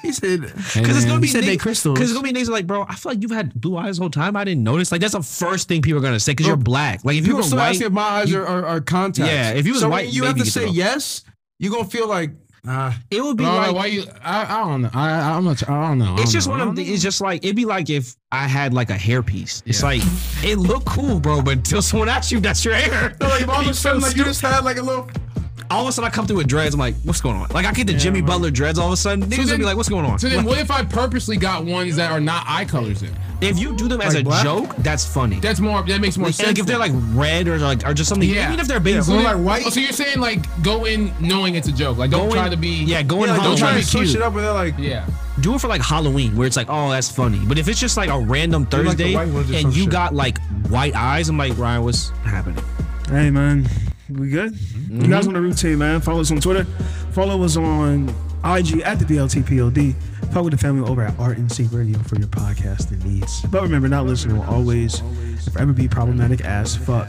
S3: He said,
S1: Because it's gonna be
S3: said they
S1: niggas-
S3: crystals.
S1: 'cause it's gonna be niggas like, bro. I feel like you've had blue eyes the whole time. I didn't notice. Like that's the first thing people are gonna say because you're black. Like if you
S2: People
S1: were
S2: still
S1: white,
S2: asking if my eyes
S1: you-
S2: are, are, are contacts.
S1: Yeah, if you was
S2: so
S1: white,
S2: when you
S1: maybe
S2: have
S1: you
S2: to
S1: could
S2: say
S1: tell.
S2: yes. You're gonna feel like ah.
S1: it would be
S5: No,
S1: like.
S5: why you? I, I don't know. I, I'm not. I don't know. I
S1: It's
S5: don't
S1: just
S5: know.
S1: one of the. It's just like it'd be like if I had like a hairpiece. It's
S5: Yeah.
S1: like it looked cool, bro, but until someone asks you, that's your hair.
S2: No, like all of
S1: You
S2: a sudden,
S1: so
S2: like you just had like a little.
S1: all of a sudden I come through with dreads. I'm like, what's going on? Like I get the Jimmy Butler dreads all of a sudden. Niggas
S5: then-
S1: gonna be like, what's going on?
S5: So then,
S1: Like,
S5: what if I purposely got ones that are not eye colors? In
S1: if you do them as
S2: Like
S1: a
S2: black?
S1: joke, that's funny.
S5: that's more. That makes more
S1: Like,
S5: sense.
S1: and, like if they're like red or like or just something,
S5: Yeah.
S1: even if they're baby,
S5: So
S1: blue,
S5: then-
S2: like, white-
S5: Oh, so you're saying like go in knowing it's a joke. Like
S1: go
S5: don't
S1: in-
S5: try to be.
S1: yeah, go in
S2: like, don't try
S1: Halloween.
S2: to switch it up, and they're like,
S5: Yeah.
S1: do it for like Halloween where it's like, oh, that's funny. But if it's just like a random
S2: the
S1: Thursday
S2: white ones or some
S1: and you
S2: shit.
S1: got like white eyes, I'm like, Ryan, what's happening?
S3: Hey man, we good? You guys want a routine, man? Follow us on Twitter. Follow us on IG at the BLTPOD. Follow the family over at Art and Sea Radio for your podcasting needs. But remember, not listening will always forever be problematic as fuck.